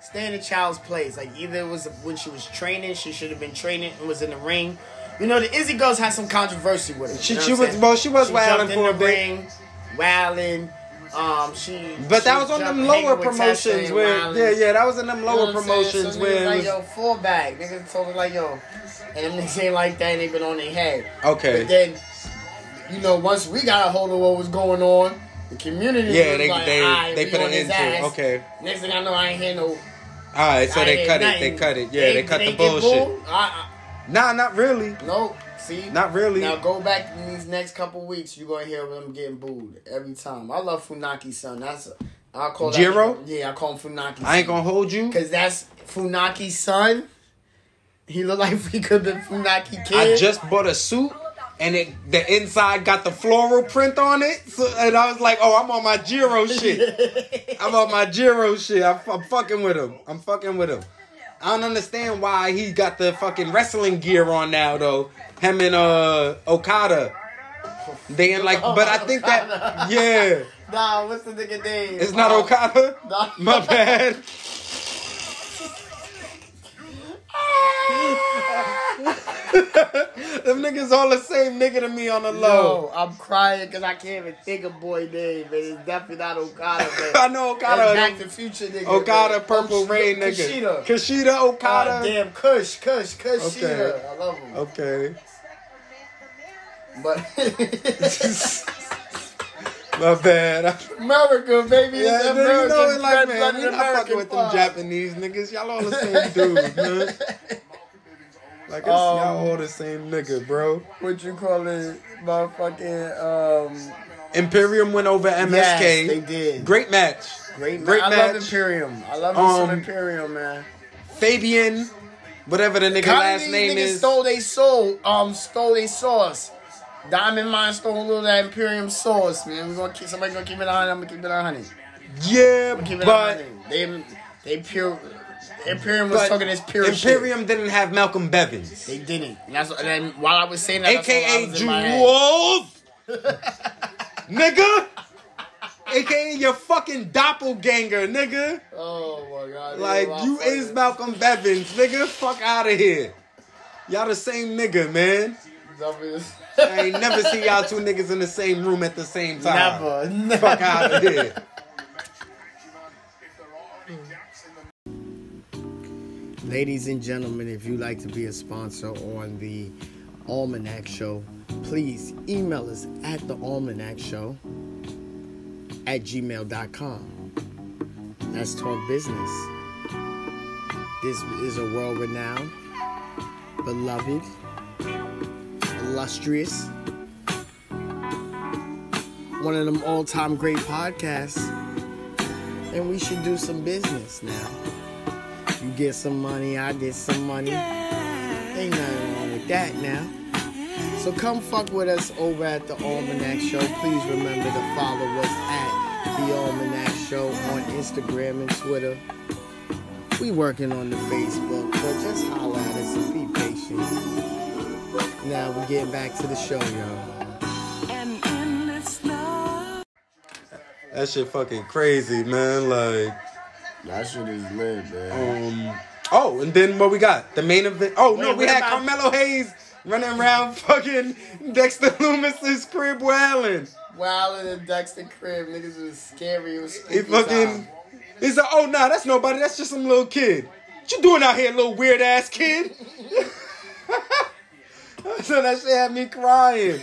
Speaker 3: stay in a child's place. Like either it was when she was training, she should have been training and was in the ring. You know, the Izzy girls had some controversy with it.
Speaker 4: She-
Speaker 3: you know
Speaker 4: she
Speaker 3: what I'm
Speaker 4: was-
Speaker 3: saying?
Speaker 4: well, she was wilding
Speaker 3: jumped in
Speaker 4: for a
Speaker 3: the
Speaker 4: bit.
Speaker 3: ring, wilding. Um, she,
Speaker 4: But
Speaker 3: she
Speaker 4: that was on them
Speaker 3: jumping,
Speaker 4: lower
Speaker 3: hanging with Tessa
Speaker 4: promotions
Speaker 3: and
Speaker 4: where,
Speaker 3: wilding.
Speaker 4: yeah, yeah, that was in them
Speaker 3: You know
Speaker 4: lower
Speaker 3: what I'm saying?
Speaker 4: promotions
Speaker 3: so niggas
Speaker 4: where. it
Speaker 3: like
Speaker 4: was-
Speaker 3: yo full bag. Niggas told her like yo, and them niggas ain't like that. and They been on their head.
Speaker 4: Okay.
Speaker 3: But then, you know, once we got a hold of what was going on, the community.
Speaker 4: Yeah,
Speaker 3: was
Speaker 4: they-
Speaker 3: like,
Speaker 4: they-
Speaker 3: "Aight,
Speaker 4: they
Speaker 3: we
Speaker 4: put
Speaker 3: on
Speaker 4: an
Speaker 3: his
Speaker 4: end to it."
Speaker 3: ass."
Speaker 4: Okay.
Speaker 3: Next thing I know, I ain't hear no.
Speaker 4: all right, so
Speaker 3: I
Speaker 4: they
Speaker 3: ain't
Speaker 4: cut
Speaker 3: hear
Speaker 4: it. They
Speaker 3: nothing.
Speaker 4: cut it. Yeah, they, cut the
Speaker 3: they get
Speaker 4: bullshit.
Speaker 3: booed? I,
Speaker 4: Nah, not really.
Speaker 3: I, no, see,
Speaker 4: Not really.
Speaker 3: Now go back in these next couple weeks, you gonna hear them getting booed every time. I love Funaki son. That's a, I call that-
Speaker 4: Jiro?
Speaker 3: yeah, I call him Funaki.
Speaker 4: I ain't gonna hold you.
Speaker 3: Cause that's Funaki's son. He looked like he could have been Funaki kid.
Speaker 4: I just bought a suit. And it, the inside got the floral print on it, so, and I was like, "Oh, I'm on my Jiro shit. I'm on my Jiro shit. I'm, I'm fucking with him. I'm fucking with him. I don't understand why he got the fucking wrestling gear on now though. Him and uh Okada, they in like, but I think that yeah,
Speaker 3: nah, what's the nigga name?
Speaker 4: it's not
Speaker 3: Um,
Speaker 4: Okada.
Speaker 3: nah.
Speaker 4: My bad. Them niggas all the same nigga to me on the low.
Speaker 3: Yo, I'm crying because I can't even think of boy name, and it's definitely not Okada. Man.
Speaker 4: I know Okada.
Speaker 3: It's Back to Future nigga.
Speaker 4: Okada,
Speaker 3: man.
Speaker 4: Purple
Speaker 3: Kushida-
Speaker 4: Rain nigga.
Speaker 3: Oh, Kushida.
Speaker 4: Kushida,
Speaker 3: God
Speaker 4: Okada.
Speaker 3: damn, Kush, Kush, Kush.
Speaker 4: Okay. Oh.
Speaker 3: Shida. I love him.
Speaker 4: Okay.
Speaker 3: But
Speaker 4: My bad.
Speaker 3: America, baby,
Speaker 4: Yeah,
Speaker 3: it's
Speaker 4: you
Speaker 3: America.
Speaker 4: know it like,
Speaker 3: red
Speaker 4: man,
Speaker 3: blooded
Speaker 4: we not fucking
Speaker 3: American
Speaker 4: with them
Speaker 3: fuck.
Speaker 4: Japanese niggas. Y'all all the same dudes, man. Like, it's
Speaker 3: Um,
Speaker 4: y'all all the same nigga, bro.
Speaker 3: What you call it, motherfucking um.
Speaker 4: Imperium went over MSK.
Speaker 3: Yes, they did.
Speaker 4: Great match.
Speaker 3: Great,
Speaker 4: Great
Speaker 3: I
Speaker 4: match.
Speaker 3: love Imperium. I love um,
Speaker 4: Um,
Speaker 3: Imperium, man.
Speaker 4: Fabian, whatever the nigga
Speaker 3: Kinda
Speaker 4: last
Speaker 3: these
Speaker 4: name
Speaker 3: niggas
Speaker 4: is.
Speaker 3: stole they soul, um, stole they sauce. Diamond Mine stole a little of that Imperium sauce, man. We gonna keep somebody gonna keep it on. I'm gonna keep it on honey.
Speaker 4: yeah,
Speaker 3: Keep it
Speaker 4: but,
Speaker 3: on honey. They they pure Imperium was
Speaker 4: but
Speaker 3: talking this pure shit.
Speaker 4: Imperium didn't have Malcolm Bevins,
Speaker 3: They didn't. And that's and then while I was saying that, that's all I
Speaker 4: aka
Speaker 3: was in
Speaker 4: Drew
Speaker 3: my head.
Speaker 4: Wolf, nigga, aka your fucking doppelganger, nigga.
Speaker 3: Oh my god!
Speaker 4: Like you is Malcolm Bevins, nigga. Fuck out of here. Y'all the same nigga, man. I ain't never see y'all two niggas in the same room at the same time.
Speaker 3: Never, never.
Speaker 4: Fuck out of here.
Speaker 3: Ladies and gentlemen, if you'd like to be a sponsor on the Almanac Show, please email us at the Almanac Show at gmail.com. Let's talk business. This is a world renowned, beloved, illustrious, one of them all time great podcasts, and we should do some business now. You get some money, I get some money. Ain't nothing wrong with that now. So come fuck with us over at the Almanac Show. Please remember to follow us at the Almanac Show on Instagram and Twitter. We working on the Facebook, but just holler at us and be patient. Now we're getting back to the show, y'all.
Speaker 7: and endless love.
Speaker 4: That shit fucking crazy, man. Like,
Speaker 8: That shit is lit, man.
Speaker 4: um, oh, and then what we got? The main event. Oh no,
Speaker 3: Wait,
Speaker 4: we
Speaker 3: what
Speaker 4: had
Speaker 3: about-
Speaker 4: Carmelo Hayes running around fucking Dexter Loomis's crib wailing.
Speaker 3: Wild in the Dexter crib, niggas was scary. It was
Speaker 4: He
Speaker 3: spooky
Speaker 4: fucking.
Speaker 3: time.
Speaker 4: He's like, oh nah, that's nobody. That's just some little kid. What you doing out here, little weird ass kid? so that shit had me crying.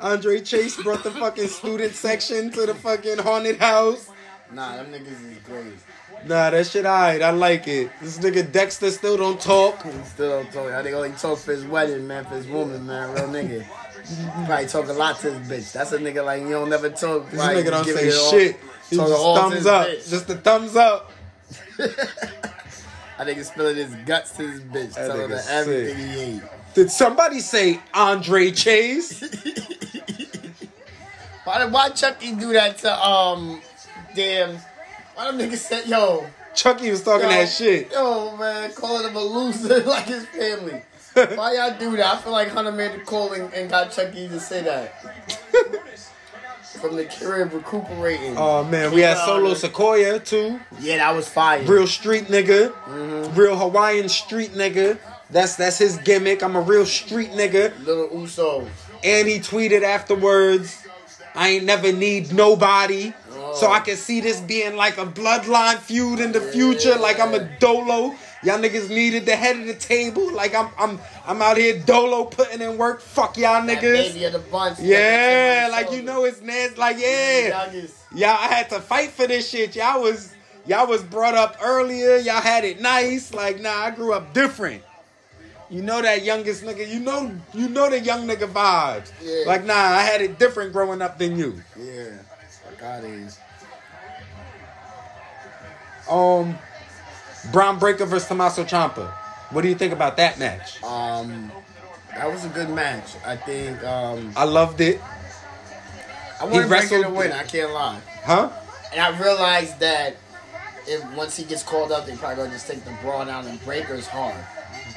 Speaker 4: Andre Chase brought the fucking student section to the fucking haunted house.
Speaker 8: Nah, them niggas is crazy.
Speaker 4: Nah, that shit alright. I like it. This nigga Dexter still don't talk.
Speaker 3: He Still don't talk. That nigga only talk for his wedding, man, for his woman, man. Real nigga. Probably talk a lot to his bitch. That's a nigga like you don't never talk.
Speaker 4: This
Speaker 3: right?
Speaker 4: nigga don't
Speaker 3: Give
Speaker 4: say
Speaker 3: it all-
Speaker 4: shit. He
Speaker 3: talk
Speaker 4: just
Speaker 3: all to his
Speaker 4: thumbs up.
Speaker 3: bitch.
Speaker 4: Just the thumbs up.
Speaker 3: I nigga spilling his guts to his bitch,
Speaker 4: That
Speaker 3: telling her
Speaker 4: nigga
Speaker 3: everything
Speaker 4: sick.
Speaker 3: he ate.
Speaker 4: Did somebody say Andre Chase?
Speaker 3: Why did why Chucky do that to um damn? Why them niggas said yo
Speaker 4: Chucky was talking
Speaker 3: yo,
Speaker 4: that shit.
Speaker 3: Yo man, calling him a loser like his family. Why y'all do that? I feel like Hunter made the call and, and got Chucky to say that. From the crib recuperating.
Speaker 4: Oh man, we had
Speaker 3: Yeah.
Speaker 4: Solo Sequoia too.
Speaker 3: Yeah, that was fire.
Speaker 4: real street nigga,
Speaker 3: Mm-hmm.
Speaker 4: real Hawaiian street nigga. That's that's his gimmick. I'm a real street nigga.
Speaker 3: Little Uso.
Speaker 4: And he tweeted afterwards, I ain't never need nobody. So I can see this being like a bloodline feud in the future. Like I'm a dolo. Y'all niggas needed the head of the table. Like I'm I'm I'm out here dolo putting in work. Fuck y'all
Speaker 3: That
Speaker 4: niggas.
Speaker 3: baby of the bunch.
Speaker 4: Yeah, like you know it's nasty. Like yeah.
Speaker 3: Youngest.
Speaker 4: Y'all had to fight for this shit. Y'all was y'all was brought up earlier. Y'all had it nice. Like nah, I grew up different. You know that youngest nigga. You know you know the young nigga vibes.
Speaker 3: Yeah.
Speaker 4: Like nah, I had it different growing up than you.
Speaker 8: Yeah. Fuck out of here.
Speaker 4: Um, Brown Breaker versus Tommaso Ciampa. What do you think about that match?
Speaker 8: Um, that was a good match. I think. Um,
Speaker 4: I loved it.
Speaker 8: I wanted Breaker to
Speaker 4: wrestled-
Speaker 8: win. I can't lie.
Speaker 4: Huh?
Speaker 3: And I realized that if once he gets called up, they probably gonna just take the brawn out and Breaker's hard.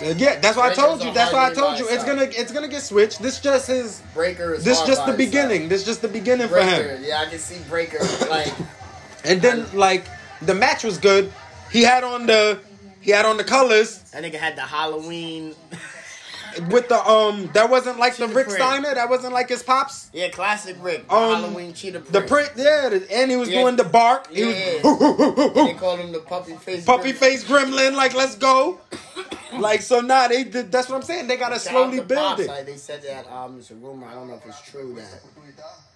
Speaker 4: Yeah, that's why I
Speaker 3: Breaker's
Speaker 4: told
Speaker 3: a
Speaker 4: you. That's why I
Speaker 3: hard
Speaker 4: told
Speaker 3: dude
Speaker 4: you.
Speaker 3: by
Speaker 4: It's
Speaker 3: himself.
Speaker 4: gonna it's gonna get switched. This just is
Speaker 3: Breaker is
Speaker 4: this
Speaker 3: hard
Speaker 4: just
Speaker 3: by
Speaker 4: the
Speaker 3: himself.
Speaker 4: beginning. This just the beginning for him.
Speaker 3: Breaker, yeah, I can see Breaker like
Speaker 4: And then like the match was good. He had on the he had on the colors
Speaker 3: that nigga had the Halloween,
Speaker 4: with the um that wasn't like the
Speaker 3: Cheetah
Speaker 4: Rick
Speaker 3: print.
Speaker 4: Steiner, that wasn't like his pops.
Speaker 3: yeah, classic Rick, the
Speaker 4: Um,
Speaker 3: Halloween cheetah print.
Speaker 4: The print, yeah, the- and he was
Speaker 3: Yeah.
Speaker 4: doing the bark. He
Speaker 3: They
Speaker 4: was
Speaker 3: called him the puppy face.
Speaker 4: puppy
Speaker 3: Rick.
Speaker 4: face gremlin, like let's go. like so now nah, they did that's what I'm saying. They gotta
Speaker 3: Shout out
Speaker 4: slowly
Speaker 3: to
Speaker 4: build
Speaker 3: Pops,
Speaker 4: it.
Speaker 3: Like they said that um, it's a rumor. I don't know if it's true that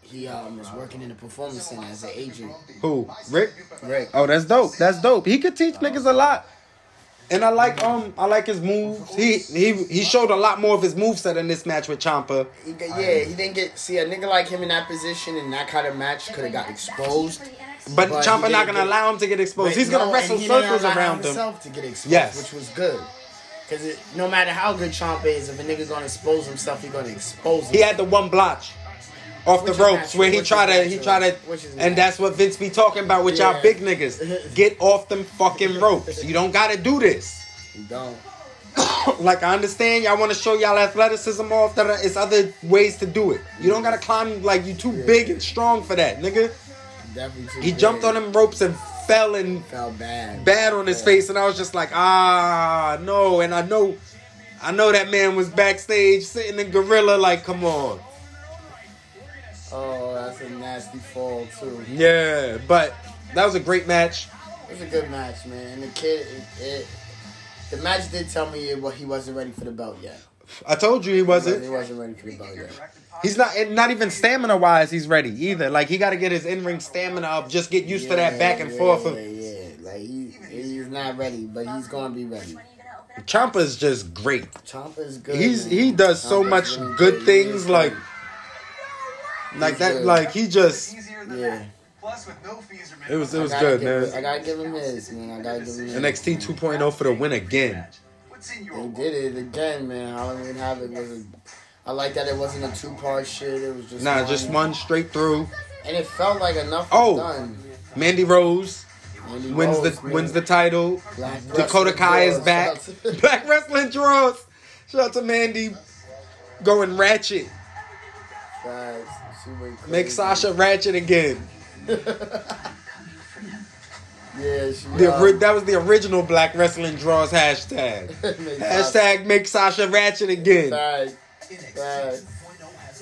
Speaker 3: he um is working in the performance center as an agent.
Speaker 4: Who? Rick?
Speaker 3: Rick.
Speaker 4: Oh, that's dope. That's dope. He could teach niggas a lot. And I like um I like his moves. He he he showed a lot more of his moveset in this match with Champa.
Speaker 3: He got- yeah, he didn't get. See, a nigga like him in that position and that kind of match could have got exposed.
Speaker 4: But,
Speaker 3: But
Speaker 4: Champa
Speaker 3: he didn't
Speaker 4: not gonna
Speaker 3: get-
Speaker 4: allow him to get exposed.
Speaker 3: But
Speaker 4: He's gonna
Speaker 3: no,
Speaker 4: wrestle
Speaker 3: and he didn't
Speaker 4: circles
Speaker 3: allow
Speaker 4: around him.
Speaker 3: himself to get exposed,
Speaker 4: Yes.
Speaker 3: which was good. Cause it, no matter how good Champa is, if a nigga's gonna expose himself, he gonna expose.
Speaker 4: He had the one blotch off
Speaker 3: Which
Speaker 4: the
Speaker 3: is
Speaker 4: ropes
Speaker 3: natural,
Speaker 4: where he
Speaker 3: which
Speaker 4: tried
Speaker 3: is
Speaker 4: to he
Speaker 3: natural,
Speaker 4: tried to
Speaker 3: which is
Speaker 4: and
Speaker 3: natural.
Speaker 4: that's what Vince be talking about with y'all
Speaker 3: Yeah.
Speaker 4: big niggas. Get off them fucking ropes. You don't gotta do this.
Speaker 3: You don't.
Speaker 4: Like I understand y'all wanna show y'all athleticism off that it's other ways to do it. You don't gotta climb like you too big and strong for that, nigga.
Speaker 3: Definitely. too
Speaker 4: He
Speaker 3: big.
Speaker 4: jumped on them ropes and fell and
Speaker 3: Felt bad.
Speaker 4: bad on his
Speaker 3: Yeah.
Speaker 4: face, and I was just like, ah, no. And I know, I know that man was backstage sitting in gorilla, like, come on,
Speaker 3: Oh, that's a nasty fall too.
Speaker 4: yeah. But that was a great match.
Speaker 3: It was a good match, man. And the kid, it, it, the match did tell me it, well, he wasn't ready for the belt yet.
Speaker 4: I told you he
Speaker 3: He
Speaker 4: wasn't.
Speaker 3: wasn't ready for the belt yet.
Speaker 4: He's not, and not even stamina wise. He's ready either. Like he got to get his in ring stamina up. Just get used to that back and
Speaker 3: yeah,
Speaker 4: forth.
Speaker 3: Yeah, yeah. Like he, he's not ready, but he's gonna be ready.
Speaker 4: Champa's just great.
Speaker 3: Champa's good.
Speaker 4: He's
Speaker 3: man.
Speaker 4: he does so
Speaker 3: Ciampa's
Speaker 4: much
Speaker 3: really
Speaker 4: good
Speaker 3: He
Speaker 4: things.
Speaker 3: is
Speaker 4: Like
Speaker 3: good.
Speaker 4: like
Speaker 3: He's
Speaker 4: that.
Speaker 3: good.
Speaker 4: Like he just
Speaker 3: yeah.
Speaker 2: Plus, with no fees or
Speaker 4: It was it was
Speaker 3: I gotta
Speaker 4: good,
Speaker 3: give- I
Speaker 4: man.
Speaker 3: gotta give him his, man. I gotta give him his.
Speaker 4: NXT 2.0 for the win again.
Speaker 2: What's in your
Speaker 3: They did it again, man. Halloween Havoc was. A, I like that it wasn't a two part shit. It was just
Speaker 4: Nah, just one straight through.
Speaker 3: and it felt like enough was
Speaker 4: Oh.
Speaker 3: done.
Speaker 4: Mandy Rose
Speaker 3: Mandy
Speaker 4: wins
Speaker 3: Rose,
Speaker 4: the
Speaker 3: man.
Speaker 4: wins the title.
Speaker 3: Black
Speaker 4: Dakota
Speaker 3: wrestling
Speaker 4: Kai is
Speaker 3: draws.
Speaker 4: back. Black wrestling draws. Shout out to Mandy going ratchet.
Speaker 3: Facts. She went crazy.
Speaker 4: Make Sasha ratchet again.
Speaker 3: Yeah, she.
Speaker 4: The,
Speaker 3: uh,
Speaker 4: ori- that was the original Black Wrestling Draws hashtag.
Speaker 3: make Sasha-
Speaker 4: Hashtag make Sasha ratchet again.
Speaker 3: Facts. Facts.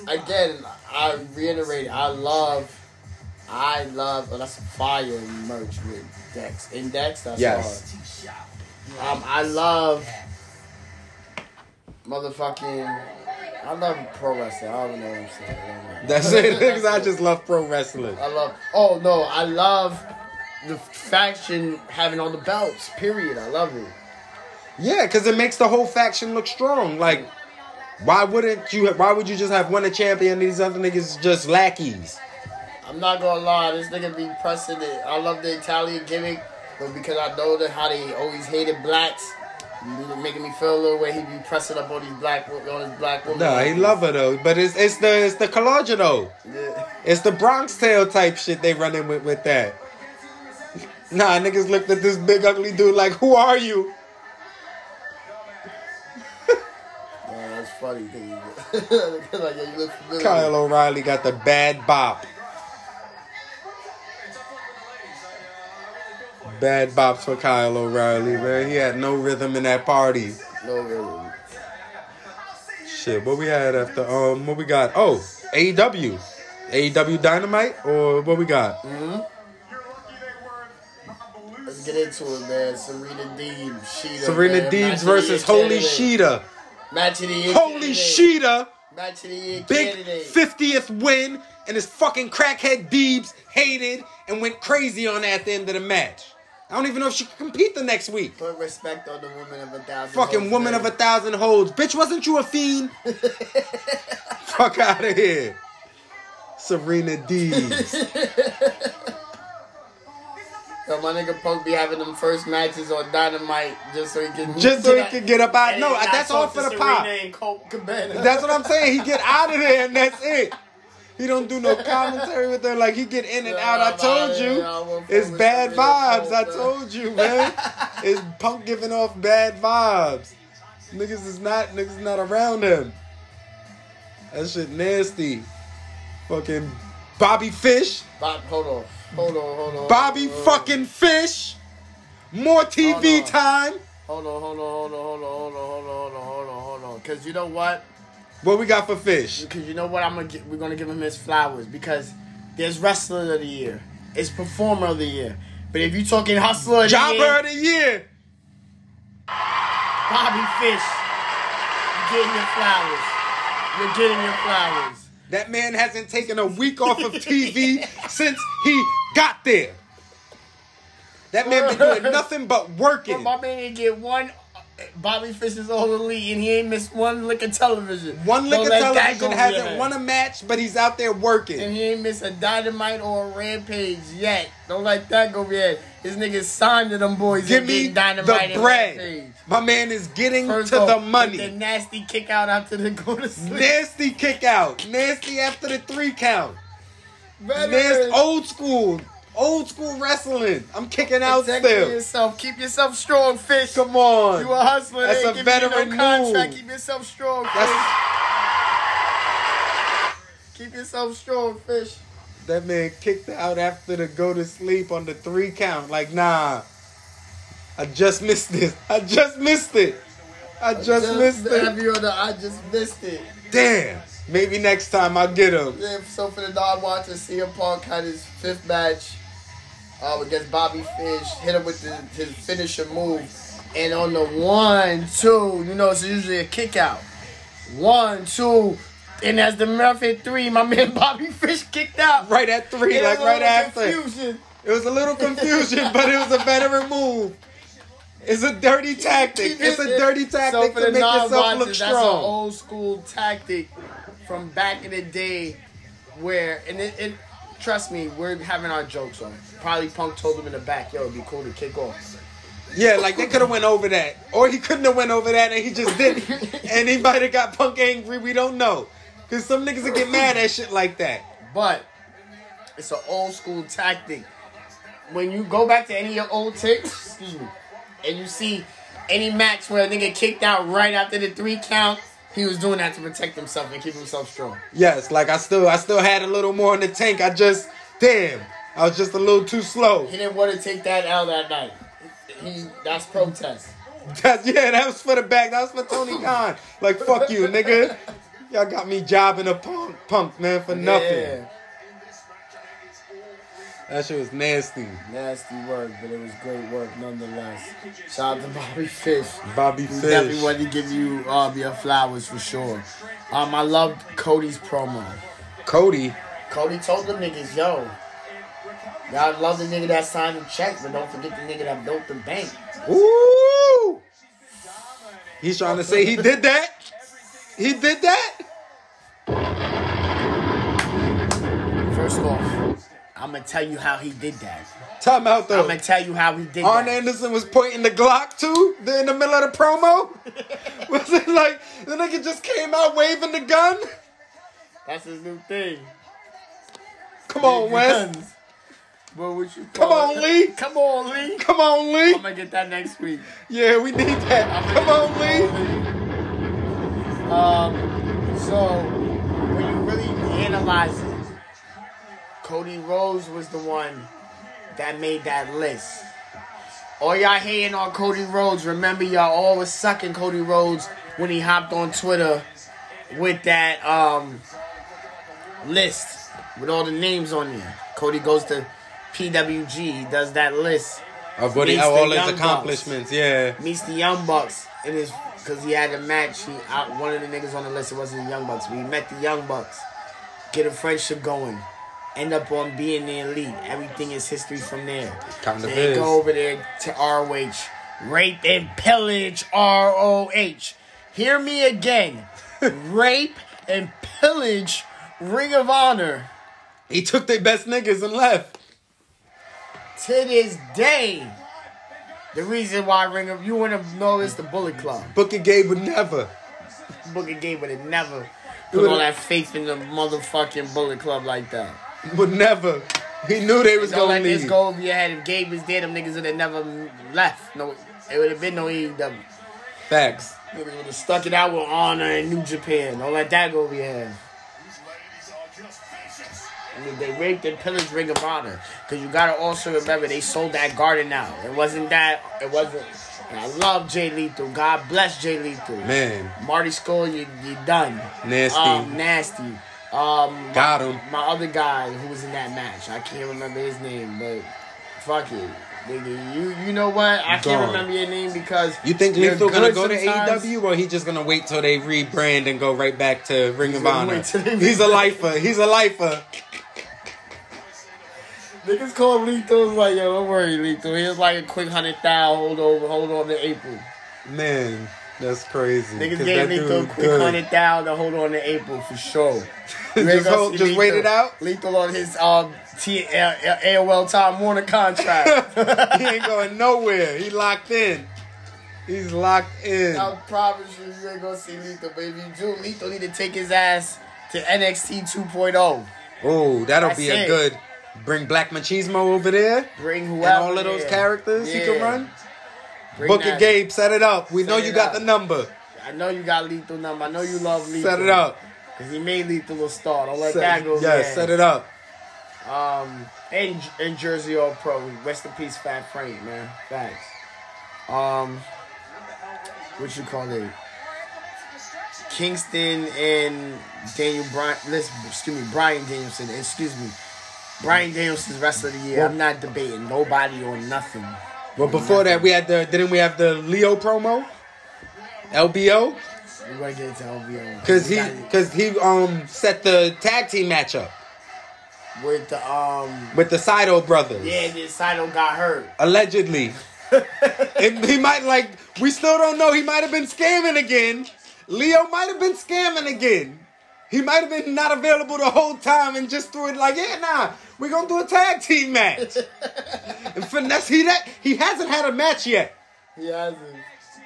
Speaker 3: Again, I reiterate. I love. I love. Oh, that's fire merch with Dex. Index. That's
Speaker 4: Yes.
Speaker 3: hard. Um, I love motherfucking. I love pro wrestling. I don't know what I'm saying. I don't know.
Speaker 4: That's it. Because I just love pro wrestling.
Speaker 3: I love. Oh no, I love the faction having all the belts. Period. I love it.
Speaker 4: Yeah, because it makes the whole faction look strong. Like, why wouldn't you? Why would you just have one a champion and these other niggas just lackeys?
Speaker 3: I'm not gonna lie, this nigga be pressing it. I love the Italian gimmick, but because I know that how they always hated blacks, making me feel a little way. He be pressing up on these black wo- on his black woman.
Speaker 4: No, he love her though. But it's it's the it's the collageno.
Speaker 3: Yeah.
Speaker 4: It's the Bronx tail type shit they running with with that. Nah, niggas looked at this big ugly dude like, who are you?
Speaker 3: Yeah, that's funny. 'cause he- like, yo, you look familiar.
Speaker 4: Kyle O'Reilly got the bad bop. Bad bops for Kyle O'Reilly, man. He had no rhythm in that party.
Speaker 3: No, really.
Speaker 4: Shit, what we had after um what we got? Oh, AEW. AEW E Dynamite or what we got?
Speaker 3: Let's get into it, man. Serena Deeb, Sheeta.
Speaker 4: Serena
Speaker 3: man.
Speaker 4: Deebs
Speaker 3: Match of the
Speaker 4: versus
Speaker 3: year
Speaker 4: Holy
Speaker 3: candidate.
Speaker 4: Sheeta.
Speaker 3: Match of the year.
Speaker 4: Holy
Speaker 3: candidate.
Speaker 4: Sheeta.
Speaker 3: Match of the year.
Speaker 4: Big
Speaker 3: candidate.
Speaker 4: 50th win and his fucking crackhead Deebs hated and went crazy on that at the end of the match. I don't even know if she could compete the next week.
Speaker 3: Put respect on the woman of a thousand.
Speaker 4: Fucking
Speaker 3: hoes,
Speaker 4: woman
Speaker 3: man.
Speaker 4: of a thousand holds. Bitch, wasn't you a fiend? Fuck out of here. Serena Deebs.
Speaker 3: So my nigga Punk be having them first matches on Dynamite just so he can
Speaker 4: Just so he could get up out. No,
Speaker 3: And he knocks
Speaker 4: that's all
Speaker 3: off
Speaker 4: for
Speaker 3: to
Speaker 4: the
Speaker 3: Serena
Speaker 4: pop.
Speaker 3: and Colt Cabana.
Speaker 4: That's what I'm saying. He get out of there and that's it. He don't do no commentary with her. Like he get in and out. I told you, it's bad vibes. I told you, man. It's punk giving off bad vibes. Niggas is not niggas not around him. That shit nasty. Fucking Bobby Fish.
Speaker 3: Bob, hold on, hold on, hold on.
Speaker 4: Bobby
Speaker 3: hold on.
Speaker 4: fucking Fish. More TV
Speaker 3: Hold on.
Speaker 4: time.
Speaker 3: Hold on, hold on, hold on, hold on, hold on, hold on, hold on, hold on, hold on. Cause you know what?
Speaker 4: What we got for Fish?
Speaker 3: Because you know what? I'm gonna gi- we're gonna give him his flowers because there's wrestler of the year, it's performer of the year. But if you talking hustler of the year,
Speaker 4: Jobber of the year.
Speaker 3: Bobby Fish, you're getting your flowers. You're getting your flowers.
Speaker 4: That man hasn't taken a week off of TV since he got there. That man been doing nothing but
Speaker 3: But
Speaker 4: working.
Speaker 3: my man didn't get one. Bobby Fish is all elite, and he ain't missed one lick of television.
Speaker 4: One lick
Speaker 3: Don't
Speaker 4: of
Speaker 3: let that
Speaker 4: television
Speaker 3: go
Speaker 4: hasn't
Speaker 3: yet.
Speaker 4: won a match, but he's out there
Speaker 3: And
Speaker 4: working.
Speaker 3: he ain't missed a dynamite or a rampage yet. Don't let that go yet. This nigga signed to them boys.
Speaker 4: Give
Speaker 3: and
Speaker 4: me
Speaker 3: getting dynamite
Speaker 4: the
Speaker 3: and
Speaker 4: bread.
Speaker 3: Rampage.
Speaker 4: My man is getting
Speaker 3: First
Speaker 4: to
Speaker 3: off,
Speaker 4: the
Speaker 3: The
Speaker 4: money.
Speaker 3: nasty kick out after they go to sleep.
Speaker 4: Nasty kick out. Nasty after the three count.
Speaker 3: Veteran.
Speaker 4: Nasty old school. Old school wrestling. I'm kicking out
Speaker 3: Protect
Speaker 4: still.
Speaker 3: yourself. Keep yourself strong, Fish.
Speaker 4: Come on.
Speaker 3: You a hustler.
Speaker 4: That's
Speaker 3: They
Speaker 4: a
Speaker 3: ain't giving you
Speaker 4: veteran
Speaker 3: no contract.
Speaker 4: move.
Speaker 3: Keep yourself strong,
Speaker 4: That's-
Speaker 3: Fish. Keep yourself strong, Fish.
Speaker 4: That man kicked out after the go to sleep on the three count. Like, nah. I just missed this. I just missed it. I just, missed
Speaker 3: Have
Speaker 4: it.
Speaker 3: you on the I just missed it.
Speaker 4: Damn. Maybe next time I'll get him.
Speaker 3: Yeah, so for the non-watchers, CM Punk had his fifth match um, against Bobby Fish. Hit him with the, his finisher move, and on the one, two, you know, it's usually a kick out. One, two, and as the ref hit three, my man Bobby Fish kicked out.
Speaker 4: Right at three,
Speaker 3: It was
Speaker 4: like
Speaker 3: a
Speaker 4: right
Speaker 3: little
Speaker 4: after.
Speaker 3: Confusion.
Speaker 4: It was a little confusion, but it was a veteran move. It's a dirty tactic. It's a dirty
Speaker 3: So
Speaker 4: tactic
Speaker 3: for
Speaker 4: to
Speaker 3: the
Speaker 4: make yourself
Speaker 3: non-watchers,
Speaker 4: look
Speaker 3: That's an
Speaker 4: strong.
Speaker 3: old school tactic from back in the day, where and it, it Trust me, we're having our jokes on it. Probably Punk told him in the back, yo, it'd be cool to kick off.
Speaker 4: Yeah, like they could have went over that, or he couldn't have went over that, and he just didn't. and he might have got Punk angry. We don't know, cause some niggas would get mad at shit like that.
Speaker 3: But it's an old school tactic. When you go back to any of your old tapes, excuse me, and you see any match where a nigga kicked out right after the three count, he was doing that to protect himself and keep himself strong.
Speaker 4: Yes, like I still, I still had a little more in the tank. I just, damn, I was just a little too slow.
Speaker 3: He didn't want to take that L that night. He that's protest.
Speaker 4: That's, yeah, that was for the back. That was for Tony Khan. Like fuck you, nigga. Y'all got me jobbing a punk, punk man for nothing.
Speaker 3: Yeah,
Speaker 4: That shit was nasty.
Speaker 3: nasty work, but it was great work nonetheless. Shout out to Bobby Fish.
Speaker 4: Bobby
Speaker 3: We
Speaker 4: Fish.
Speaker 3: definitely want to give you uh, your flowers for sure. Um, I loved Cody's promo.
Speaker 4: Cody.
Speaker 3: Cody told them niggas, yo, y'all love the nigga that signed the check, but don't forget the nigga that built the bank.
Speaker 4: Ooh. He's trying to say he did that. He did that.
Speaker 3: First off, I'm gonna tell you how he did that.
Speaker 4: Time out
Speaker 3: I'm
Speaker 4: though.
Speaker 3: gonna tell you how he did
Speaker 4: Arn
Speaker 3: that.
Speaker 4: Anderson was pointing the Glock too the- in the middle of the promo. was it like the nigga just came out waving the gun?
Speaker 3: That's his new thing.
Speaker 4: Come on, Wes.
Speaker 3: Guns. But what you
Speaker 4: Come
Speaker 3: call
Speaker 4: on,
Speaker 3: it?
Speaker 4: Lee.
Speaker 3: Come on, Lee.
Speaker 4: Come on, Lee.
Speaker 3: I'm gonna get that next week.
Speaker 4: Yeah, we need that. Come on, Lee.
Speaker 3: Um, so when you really analyze it, Cody Rhodes was the one that made that list. All y'all hating on Cody Rhodes, remember y'all always sucking Cody Rhodes when he hopped on Twitter with that um list with all the names on there. Cody goes to PWG, he does that list.
Speaker 4: Of what he,
Speaker 3: Meets
Speaker 4: of
Speaker 3: the
Speaker 4: all his
Speaker 3: Young
Speaker 4: accomplishments, yeah.
Speaker 3: meets the Young Bucks in his because he had a match. He out one of the niggas on the list. It wasn't the Young Bucks. We met the Young Bucks, get a friendship going, end up on being the elite. Everything is history from there.
Speaker 4: Kind of
Speaker 3: They
Speaker 4: is.
Speaker 3: go over there to ROH, rape and pillage ROH. Hear me again, rape and pillage Ring of Honor.
Speaker 4: He took their best niggas and left.
Speaker 3: To this day, the reason why Ring of you want to know is the Bullet Club.
Speaker 4: Booker Gabe would never.
Speaker 3: Booker Gay would have never put all that faith in the motherfucking Bullet Club like that.
Speaker 4: Would never. He knew they was
Speaker 3: Don't
Speaker 4: gonna
Speaker 3: let this
Speaker 4: leave.
Speaker 3: go over your head. If Gabe was there, them niggas would have never left. No, it would have been no E AEW. Niggas
Speaker 4: Facts.
Speaker 3: would have stuck it out with Honor and New Japan. Don't let that go over your head. I mean, they raped and pillaged Ring of Honor. Cause you gotta also remember they sold that garden out. It wasn't that. It wasn't. And I love Jay Lethal. God bless Jay Lethal.
Speaker 4: Man,
Speaker 3: Marty Skull, you you done.
Speaker 4: Nasty.
Speaker 3: Um, nasty. Um,
Speaker 4: got him.
Speaker 3: my other guy who was in that match. I can't remember his name, but fuck it. Nigga, you you know what? I
Speaker 4: Gone.
Speaker 3: can't remember your name because
Speaker 4: You think
Speaker 3: you're
Speaker 4: Lethal gonna
Speaker 3: good
Speaker 4: go to E
Speaker 3: sometimes.
Speaker 4: AEW or he just gonna wait till they rebrand and go right back to Ring of
Speaker 3: gonna
Speaker 4: Honor?
Speaker 3: wait till they
Speaker 4: He's a lifer. He's a lifer.
Speaker 3: Niggas call Lethal it's like, yo, don't worry, Lethal. Here's like a quick hundred thou hold over, hold on to April.
Speaker 4: Man, that's crazy.
Speaker 3: Niggas
Speaker 4: 'cause
Speaker 3: gave
Speaker 4: that
Speaker 3: Lethal a
Speaker 4: dude
Speaker 3: quick
Speaker 4: good.
Speaker 3: hundred thou to hold on to April for sure. You ain't
Speaker 4: Just
Speaker 3: gonna
Speaker 4: hold-
Speaker 3: see
Speaker 4: just wait it out?
Speaker 3: Lethal on his um, T- uh, uh, AOL Time Warner contract.
Speaker 4: he ain't going nowhere. He locked in. He's locked in.
Speaker 3: I promise you, you ain't gonna see Lethal, baby. You do. Lethal need to take his ass to NXT 2.0.
Speaker 4: Oh, that'll
Speaker 3: That's
Speaker 4: be a
Speaker 3: it.
Speaker 4: good. Bring Black Machismo over there.
Speaker 3: Bring whoever.
Speaker 4: and all of those
Speaker 3: yeah.
Speaker 4: characters he can
Speaker 3: Yeah.
Speaker 4: run.
Speaker 3: Bring
Speaker 4: Booker
Speaker 3: that.
Speaker 4: Gabe, set it up. We
Speaker 3: Set
Speaker 4: know you
Speaker 3: it
Speaker 4: got
Speaker 3: up.
Speaker 4: the number.
Speaker 3: I know you got Lethal number. I know you love Lethal.
Speaker 4: Set it up.
Speaker 3: Because he made Lethal a star. Don't let
Speaker 4: Set-
Speaker 3: that go.
Speaker 4: yeah, set it up.
Speaker 3: Um, and, and Jersey All Pro. Rest in peace, Fat Frank, man. Thanks. Um, what you call it? Kingston and Daniel Bryan. Let's excuse me, Brian Danielson. Excuse me, Brian Danielson's rest of the year. I'm not debating nobody or nothing.
Speaker 4: Well, before that, we had the didn't we have the Leo promo? LBO,
Speaker 3: We're gonna get into LVO
Speaker 4: because
Speaker 3: We
Speaker 4: he
Speaker 3: got it
Speaker 4: because he um set the tag team matchup
Speaker 3: with the um
Speaker 4: with the Sido brothers.
Speaker 3: yeah, the Saito got hurt.
Speaker 4: allegedly. and he might like we still don't know. He might have been scamming again. Leo might have been scamming again. He might have been not available the whole time and just threw it like, yeah, nah, we're gonna do a tag team match. and finesse he that he hasn't had a match yet.
Speaker 3: He hasn't.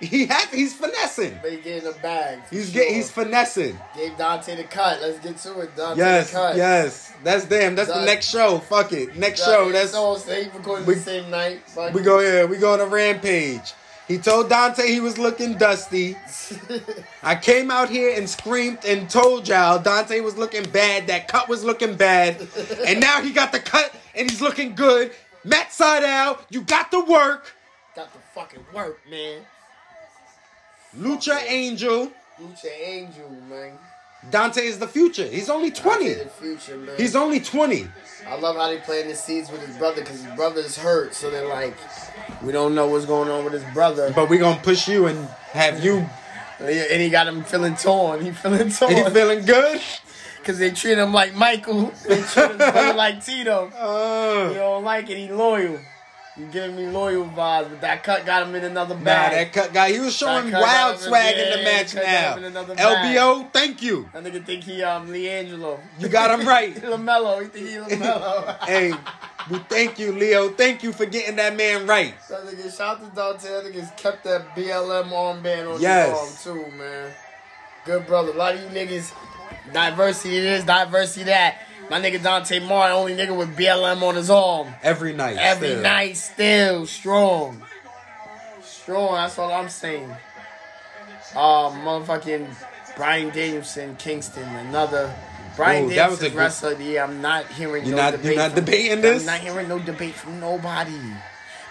Speaker 4: He has he's finessing.
Speaker 3: But he getting a bag. for
Speaker 4: He's
Speaker 3: sure.
Speaker 4: get he's finessing.
Speaker 3: Gave Dante the cut. Let's get to it. Dante
Speaker 4: Yes,
Speaker 3: the cut.
Speaker 4: yes. That's damn. That's the
Speaker 3: Done.
Speaker 4: next show. Fuck it. Next
Speaker 3: Dante
Speaker 4: show. That's
Speaker 3: so they recorded
Speaker 4: We-
Speaker 3: the same night. Fuck
Speaker 4: we go here. We go on a rampage. He told Dante he was looking dusty. I came out here and screamed and told y'all Dante was looking bad. That cut was looking bad. And now he got the cut and he's looking good. Matt Sydal, you got the work.
Speaker 3: Got the fucking work, man.
Speaker 4: Lucha Angel.
Speaker 3: Lucha Angel, man.
Speaker 4: Dante is the future. He's only
Speaker 3: In
Speaker 4: 20.
Speaker 3: the future, man.
Speaker 4: He's only 20.
Speaker 3: I love how they playing the seeds with his brother because his brother is hurt. So they're like, we don't know what's going on with his brother.
Speaker 4: But we're gonna push you and have you
Speaker 3: And he got him feeling torn. He feeling
Speaker 4: He
Speaker 3: torn
Speaker 4: feeling good?
Speaker 3: because they treat him like Michael. They treat his brother like Tito.
Speaker 4: Uh,
Speaker 3: You don't like it. He loyal. You giving me loyal vibes, but that cut got him in another
Speaker 4: nah,
Speaker 3: bag.
Speaker 4: that cut guy, he was showing
Speaker 3: cut got
Speaker 4: wild
Speaker 3: him in-
Speaker 4: swag in
Speaker 3: yeah,
Speaker 4: the match
Speaker 3: cut got
Speaker 4: now.
Speaker 3: him in another bag.
Speaker 4: LBO, thank you.
Speaker 3: That, nigga think he um Leangelo.
Speaker 4: You got him right.
Speaker 3: Lamelo. He think he Lamelo.
Speaker 4: hey, we thank you, Leo. Thank you for getting that man right.
Speaker 3: That nigga, shout out to Dante. That nigga's kept that BLM armband on
Speaker 4: Yes.
Speaker 3: his arm too, man. Good brother. A lot of you niggas, diversity this, diversity that. My nigga Dante Martin, only nigga with BLM on his arm.
Speaker 4: Every night.
Speaker 3: Every
Speaker 4: still.
Speaker 3: night, still strong. Strong, that's all I'm saying. Uh, motherfucking Brian Danielson, Kingston, another. Brian
Speaker 4: Ooh, that was
Speaker 3: Danielson,
Speaker 4: a good-
Speaker 3: wrestler. Yeah, I'm not hearing
Speaker 4: You're
Speaker 3: no
Speaker 4: not-
Speaker 3: debate.
Speaker 4: you're not
Speaker 3: from-
Speaker 4: debating this?
Speaker 3: I'm not hearing no debate from nobody.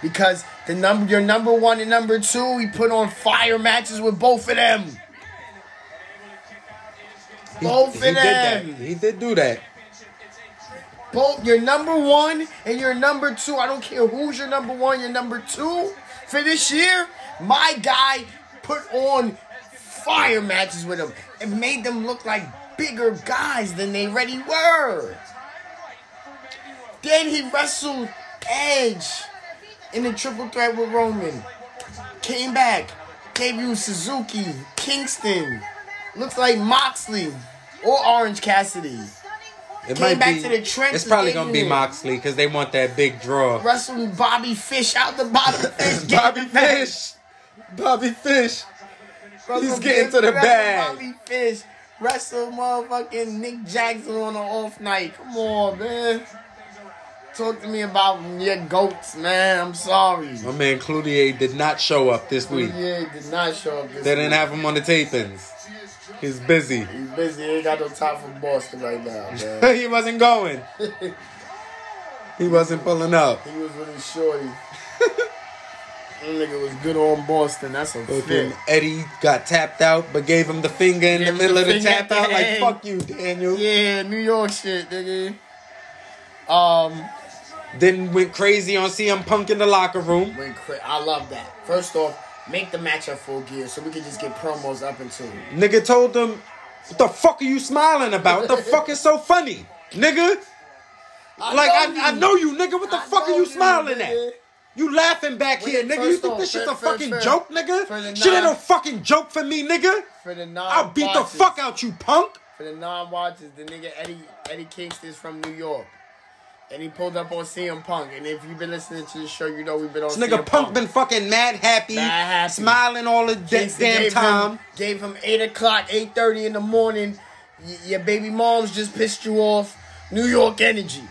Speaker 3: Because the number, your number one and number two, he put on fire matches with both of them.
Speaker 4: He-
Speaker 3: Both
Speaker 4: he
Speaker 3: of
Speaker 4: did that.
Speaker 3: them.
Speaker 4: He did do that.
Speaker 3: both your number one and your number two. I don't care who's your number one, your number two for this year. My guy put on fire matches with them and made them look like bigger guys than they already were. Then he wrestled Edge in the triple threat with Roman. Came back, gave you Suzuki, Kingston, looks like Moxley or Orange Cassidy.
Speaker 4: It
Speaker 3: Came
Speaker 4: might
Speaker 3: back
Speaker 4: be.
Speaker 3: to the trenches,
Speaker 4: it's probably
Speaker 3: didn't
Speaker 4: gonna be
Speaker 3: it?
Speaker 4: Moxley because they want that big draw.
Speaker 3: wrestling Bobby Fish out the Bobby Fish. gate.
Speaker 4: Bobby Fish. Bobby Fish. He's getting to the
Speaker 3: Wrestle
Speaker 4: bag.
Speaker 3: Bobby Fish wrestle motherfucking Nick Jackson on an off night. Come on, man. Talk to me about your goats, man. I'm sorry.
Speaker 4: My man Cloutier did not show up this week.
Speaker 3: Yeah, did not show up. This
Speaker 4: They didn't
Speaker 3: week.
Speaker 4: have him on the tapings. He's busy.
Speaker 3: He's busy. He ain't got no time for Boston right now, man.
Speaker 4: he wasn't going. He wasn't pulling up.
Speaker 3: he was really shorty. that nigga was good on Boston. That's a
Speaker 4: Fucking
Speaker 3: fit.
Speaker 4: Eddie got tapped out, but gave him the finger in the
Speaker 3: Gave him
Speaker 4: middle
Speaker 3: the
Speaker 4: of the
Speaker 3: finger at
Speaker 4: tap
Speaker 3: the
Speaker 4: out. Like
Speaker 3: end.
Speaker 4: fuck you, Daniel.
Speaker 3: Yeah, New York shit, nigga. Um,
Speaker 4: Then went crazy on CM Punk in the locker room.
Speaker 3: Win cra- I love that. First off, make the match at full gear so we can just get promos up and to it.
Speaker 4: Nigga told him, "What the fuck are you smiling about? What the fuck is so funny, nigga? Like I, I know you, nigga. What the
Speaker 3: I
Speaker 4: fuck are
Speaker 3: know
Speaker 4: you smiling
Speaker 3: nigga.
Speaker 4: at?" You laughing back
Speaker 3: Wait,
Speaker 4: here, nigga. You
Speaker 3: first
Speaker 4: think this
Speaker 3: off,
Speaker 4: shit's
Speaker 3: for-
Speaker 4: a
Speaker 3: for-
Speaker 4: fucking
Speaker 3: for-
Speaker 4: joke, nigga?
Speaker 3: for the
Speaker 4: Shit ain't
Speaker 3: non-
Speaker 4: a fucking joke for me, nigga.
Speaker 3: For the non
Speaker 4: I'll beat the fuck out you, punk.
Speaker 3: For the non watchers, the nigga Eddie Eddie Kingston's from New York. And he pulled up on CM Punk. And if you've been listening to the show, you know we've been on
Speaker 4: This
Speaker 3: CM
Speaker 4: nigga Punk been fucking mad happy,
Speaker 3: Mad happy.
Speaker 4: smiling all the da-
Speaker 3: Kingston
Speaker 4: damn
Speaker 3: gave
Speaker 4: time.
Speaker 3: Him, gave him 8 o'clock, 8.30 in the morning. Y- your baby mom's just pissed you off. New York energy.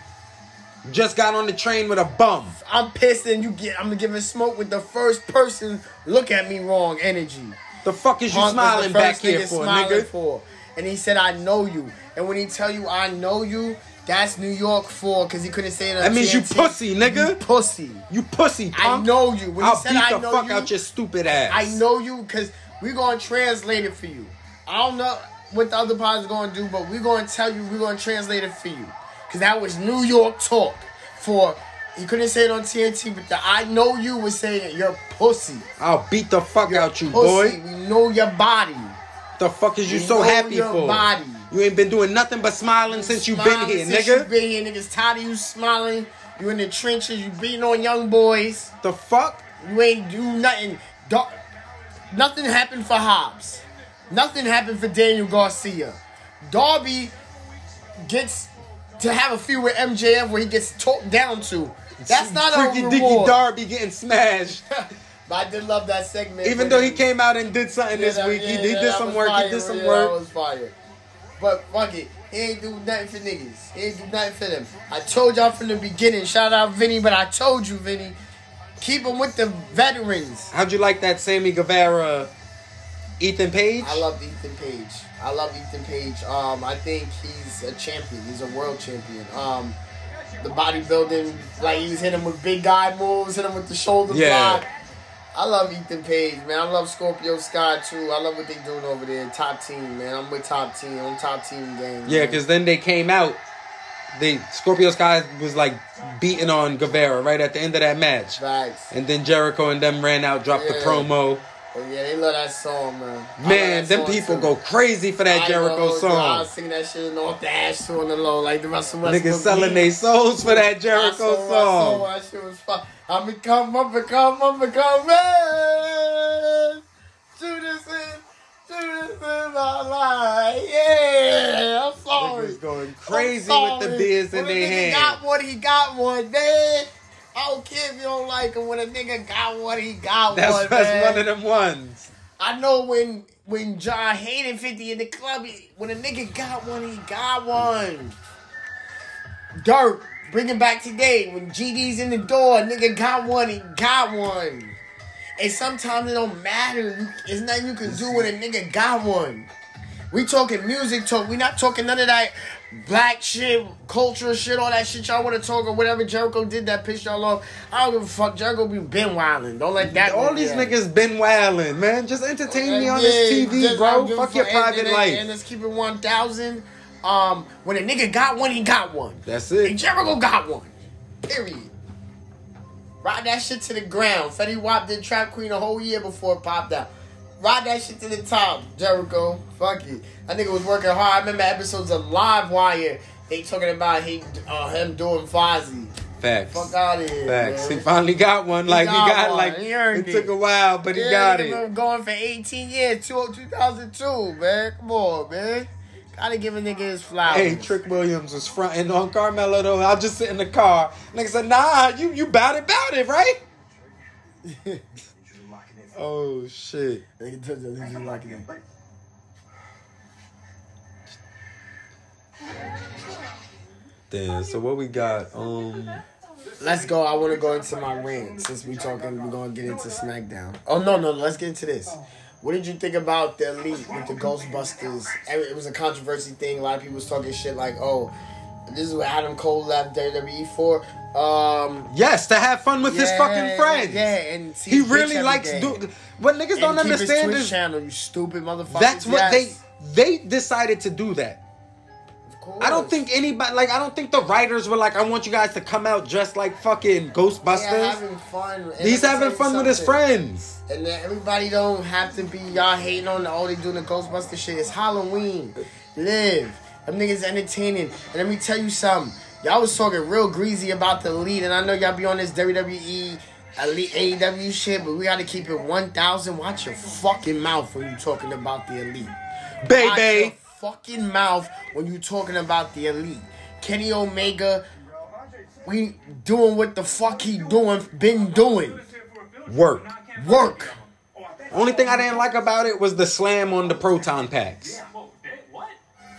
Speaker 4: Just got on the train with a bum.
Speaker 3: I'm pissed and you get I'm giving smoke with the first person look at me wrong energy.
Speaker 4: The fuck is you
Speaker 3: Punk was the
Speaker 4: smiling back
Speaker 3: first
Speaker 4: here
Speaker 3: nigga
Speaker 4: for,
Speaker 3: smiling
Speaker 4: nigga?
Speaker 3: for. And he said, I know you. And when he tell you, I know you, that's New York for, because he couldn't say it on
Speaker 4: That means you
Speaker 3: TNT.
Speaker 4: pussy, nigga.
Speaker 3: You pussy.
Speaker 4: You pussy
Speaker 3: I
Speaker 4: punk.
Speaker 3: know you. When he
Speaker 4: I'll
Speaker 3: said,
Speaker 4: beat
Speaker 3: I
Speaker 4: the
Speaker 3: know
Speaker 4: fuck
Speaker 3: you,
Speaker 4: out your stupid ass.
Speaker 3: I know you, because we're going to translate it for you. I don't know what the other pod's going to do, but we're going to tell you, we're going to translate it for you. Because that was New York talk for, he couldn't say it on TNT, but the I know you was saying it. You're pussy.
Speaker 4: I'll beat the fuck out you,
Speaker 3: Pussy.
Speaker 4: boy.
Speaker 3: We know your body.
Speaker 4: The fuck is you
Speaker 3: We
Speaker 4: so
Speaker 3: know
Speaker 4: happy
Speaker 3: your
Speaker 4: for?
Speaker 3: body.
Speaker 4: You ain't been doing nothing but smiling since you been
Speaker 3: Smiling
Speaker 4: here,
Speaker 3: since
Speaker 4: nigga.
Speaker 3: You been here, niggas. Tired of you smiling. You in the trenches. You beating on young boys.
Speaker 4: The fuck?
Speaker 3: You ain't do nothing. Don't- nothing happened for Hobbs. Nothing happened for Daniel Garcia. Darby gets to have a feud with MJF where he gets talked down to. That's not
Speaker 4: Freaky
Speaker 3: a
Speaker 4: Dicky
Speaker 3: reward.
Speaker 4: Darby getting smashed.
Speaker 3: But I did love that segment.
Speaker 4: Even
Speaker 3: when
Speaker 4: though he came out and did something
Speaker 3: Yeah,
Speaker 4: this
Speaker 3: that-
Speaker 4: week, he,
Speaker 3: yeah,
Speaker 4: he
Speaker 3: yeah,
Speaker 4: did
Speaker 3: that
Speaker 4: some
Speaker 3: was
Speaker 4: work.
Speaker 3: fire.
Speaker 4: He did some
Speaker 3: Yeah, That
Speaker 4: work.
Speaker 3: was fire. But fuck it, he ain't do nothing for niggas. He ain't do nothing for them. I told y'all from the beginning. Shout out Vinny, but I told you, Vinny, keep him with the veterans.
Speaker 4: How'd you like that Sammy Guevara, Ethan Page?
Speaker 3: I love Ethan Page. I love Ethan Page. Um, I think he's a champion. He's a world champion. Um, the bodybuilding, like he's hit him with big guy moves, hit him with the shoulder
Speaker 4: Yeah.
Speaker 3: block. I love Ethan Page, man. I love Scorpio Sky too. I love what they doing over there. Top team, man. I'm with top team. I'm top team game.
Speaker 4: yeah,
Speaker 3: man.
Speaker 4: because then they came out. They Scorpio Sky was like beating on Guevara right at the end of that match,
Speaker 3: facts.
Speaker 4: and then Jericho and them ran out, dropped
Speaker 3: Yeah.
Speaker 4: the promo.
Speaker 3: But yeah, they love that song, man. I love
Speaker 4: Man,
Speaker 3: that
Speaker 4: them
Speaker 3: song,
Speaker 4: people
Speaker 3: too.
Speaker 4: go crazy for that
Speaker 3: I
Speaker 4: Jericho
Speaker 3: go- I
Speaker 4: song.
Speaker 3: sing that shit off the ash too on the low, like the rest of us.
Speaker 4: Niggas selling their souls for that
Speaker 3: I saw,
Speaker 4: Jericho
Speaker 3: I saw
Speaker 4: song.
Speaker 3: why she was fine. I become, I become, I become man. Do this in, do this in my life. Yeah, I'm sorry.
Speaker 4: Niggas going crazy
Speaker 3: I'm
Speaker 4: with the
Speaker 3: sorry.
Speaker 4: beers in
Speaker 3: When a
Speaker 4: their
Speaker 3: nigga
Speaker 4: hand.
Speaker 3: got one, he got one, man. I don't care if you don't like him. When a nigga got one, he got
Speaker 4: That's,
Speaker 3: one,
Speaker 4: that's
Speaker 3: man.
Speaker 4: one of them ones.
Speaker 3: I know when when John Hayden 50 in the club, he, when a nigga got one, he got one. Dirt, bring it back today. When GD's in the door, a nigga got one, he got one. And sometimes it don't matter. You, it's nothing you can do when a nigga got one. We talking music talk. We not talking none of that black shit, culture shit, all that shit y'all want to talk or whatever. Jericho did that piss y'all off. I don't give a fuck. Jericho be been wildin'. Don't let that.
Speaker 4: All these
Speaker 3: Yeah.
Speaker 4: niggas been wildin', man. Just entertain me on
Speaker 3: Yeah,
Speaker 4: this TV,
Speaker 3: just
Speaker 4: bro.
Speaker 3: don't give a
Speaker 4: Fuck your
Speaker 3: and,
Speaker 4: private
Speaker 3: and- And
Speaker 4: life.
Speaker 3: let's keep it 1,000. Um, when a nigga got one, he got one.
Speaker 4: That's
Speaker 3: And
Speaker 4: it.
Speaker 3: Jericho got one. Period. Ride that shit to the ground. Fetty Wap did Trap Queen a whole year before it popped out. Ride that shit to the top, Jericho. Fuck it. That nigga was working hard. I remember episodes of Live Wire. They talking about he, uh, him doing Fozzy.
Speaker 4: Facts.
Speaker 3: Fuck out of here.
Speaker 4: Facts. He
Speaker 3: Man.
Speaker 4: finally got one. Like he
Speaker 3: got
Speaker 4: got,
Speaker 3: one.
Speaker 4: like
Speaker 3: He earned
Speaker 4: it took
Speaker 3: it.
Speaker 4: a while, but he
Speaker 3: Yeah,
Speaker 4: got
Speaker 3: nigga
Speaker 4: it.
Speaker 3: Been going for 18 years, 2002, man. Come on, man. Gotta give a nigga his flowers.
Speaker 4: Hey, Trick Williams was fronting on Carmelo though. I will just sit in the car. Nigga said, "Nah, you you bout it, bout it, right?" oh shit!
Speaker 8: They can touch that. He's just locking it.
Speaker 4: Damn. So what we got? Um,
Speaker 3: Let's go. I want to go into my rant since we talking. We're gonna get into SmackDown. Oh no, no. Let's get into this. What did you think about the elite with the Ghostbusters? It was a controversy thing. A lot of people was talking shit like, "Oh, this is what Adam Cole left WWE for." Um,
Speaker 4: yes, to have fun with his
Speaker 3: yeah,
Speaker 4: fucking friends.
Speaker 3: Yeah, and see
Speaker 4: He
Speaker 3: his bitch
Speaker 4: really
Speaker 3: every
Speaker 4: likes
Speaker 3: day.
Speaker 4: do. What niggas
Speaker 3: And
Speaker 4: don't
Speaker 3: keep his
Speaker 4: understand
Speaker 3: Twitch
Speaker 4: is
Speaker 3: channel. You stupid motherfucker.
Speaker 4: that's what they they decided to do that. I don't think anybody like I don't think the writers were like I want you guys to come out dressed like fucking
Speaker 3: Yeah,
Speaker 4: Ghostbusters.
Speaker 3: having fun. And
Speaker 4: He's
Speaker 3: let me
Speaker 4: having
Speaker 3: tell you
Speaker 4: fun with his
Speaker 3: something.
Speaker 4: friends.
Speaker 3: And then everybody don't have to be y'all hating on the all they doing the Ghostbuster shit. It's Halloween. Live. Them niggas entertaining. And let me tell you something. Y'all was talking real greasy about the lead, and I know y'all be on this WWE elite AEW shit, but we gotta keep it 1,000. Watch your fucking mouth when you talking about the elite. Watch your
Speaker 4: Baby.
Speaker 3: fucking mouth when you talking about the elite. Kenny Omega, we doing what the fuck he doing, been doing.
Speaker 4: Work.
Speaker 3: Work.
Speaker 4: Only thing I didn't like about it was the slam on the proton packs.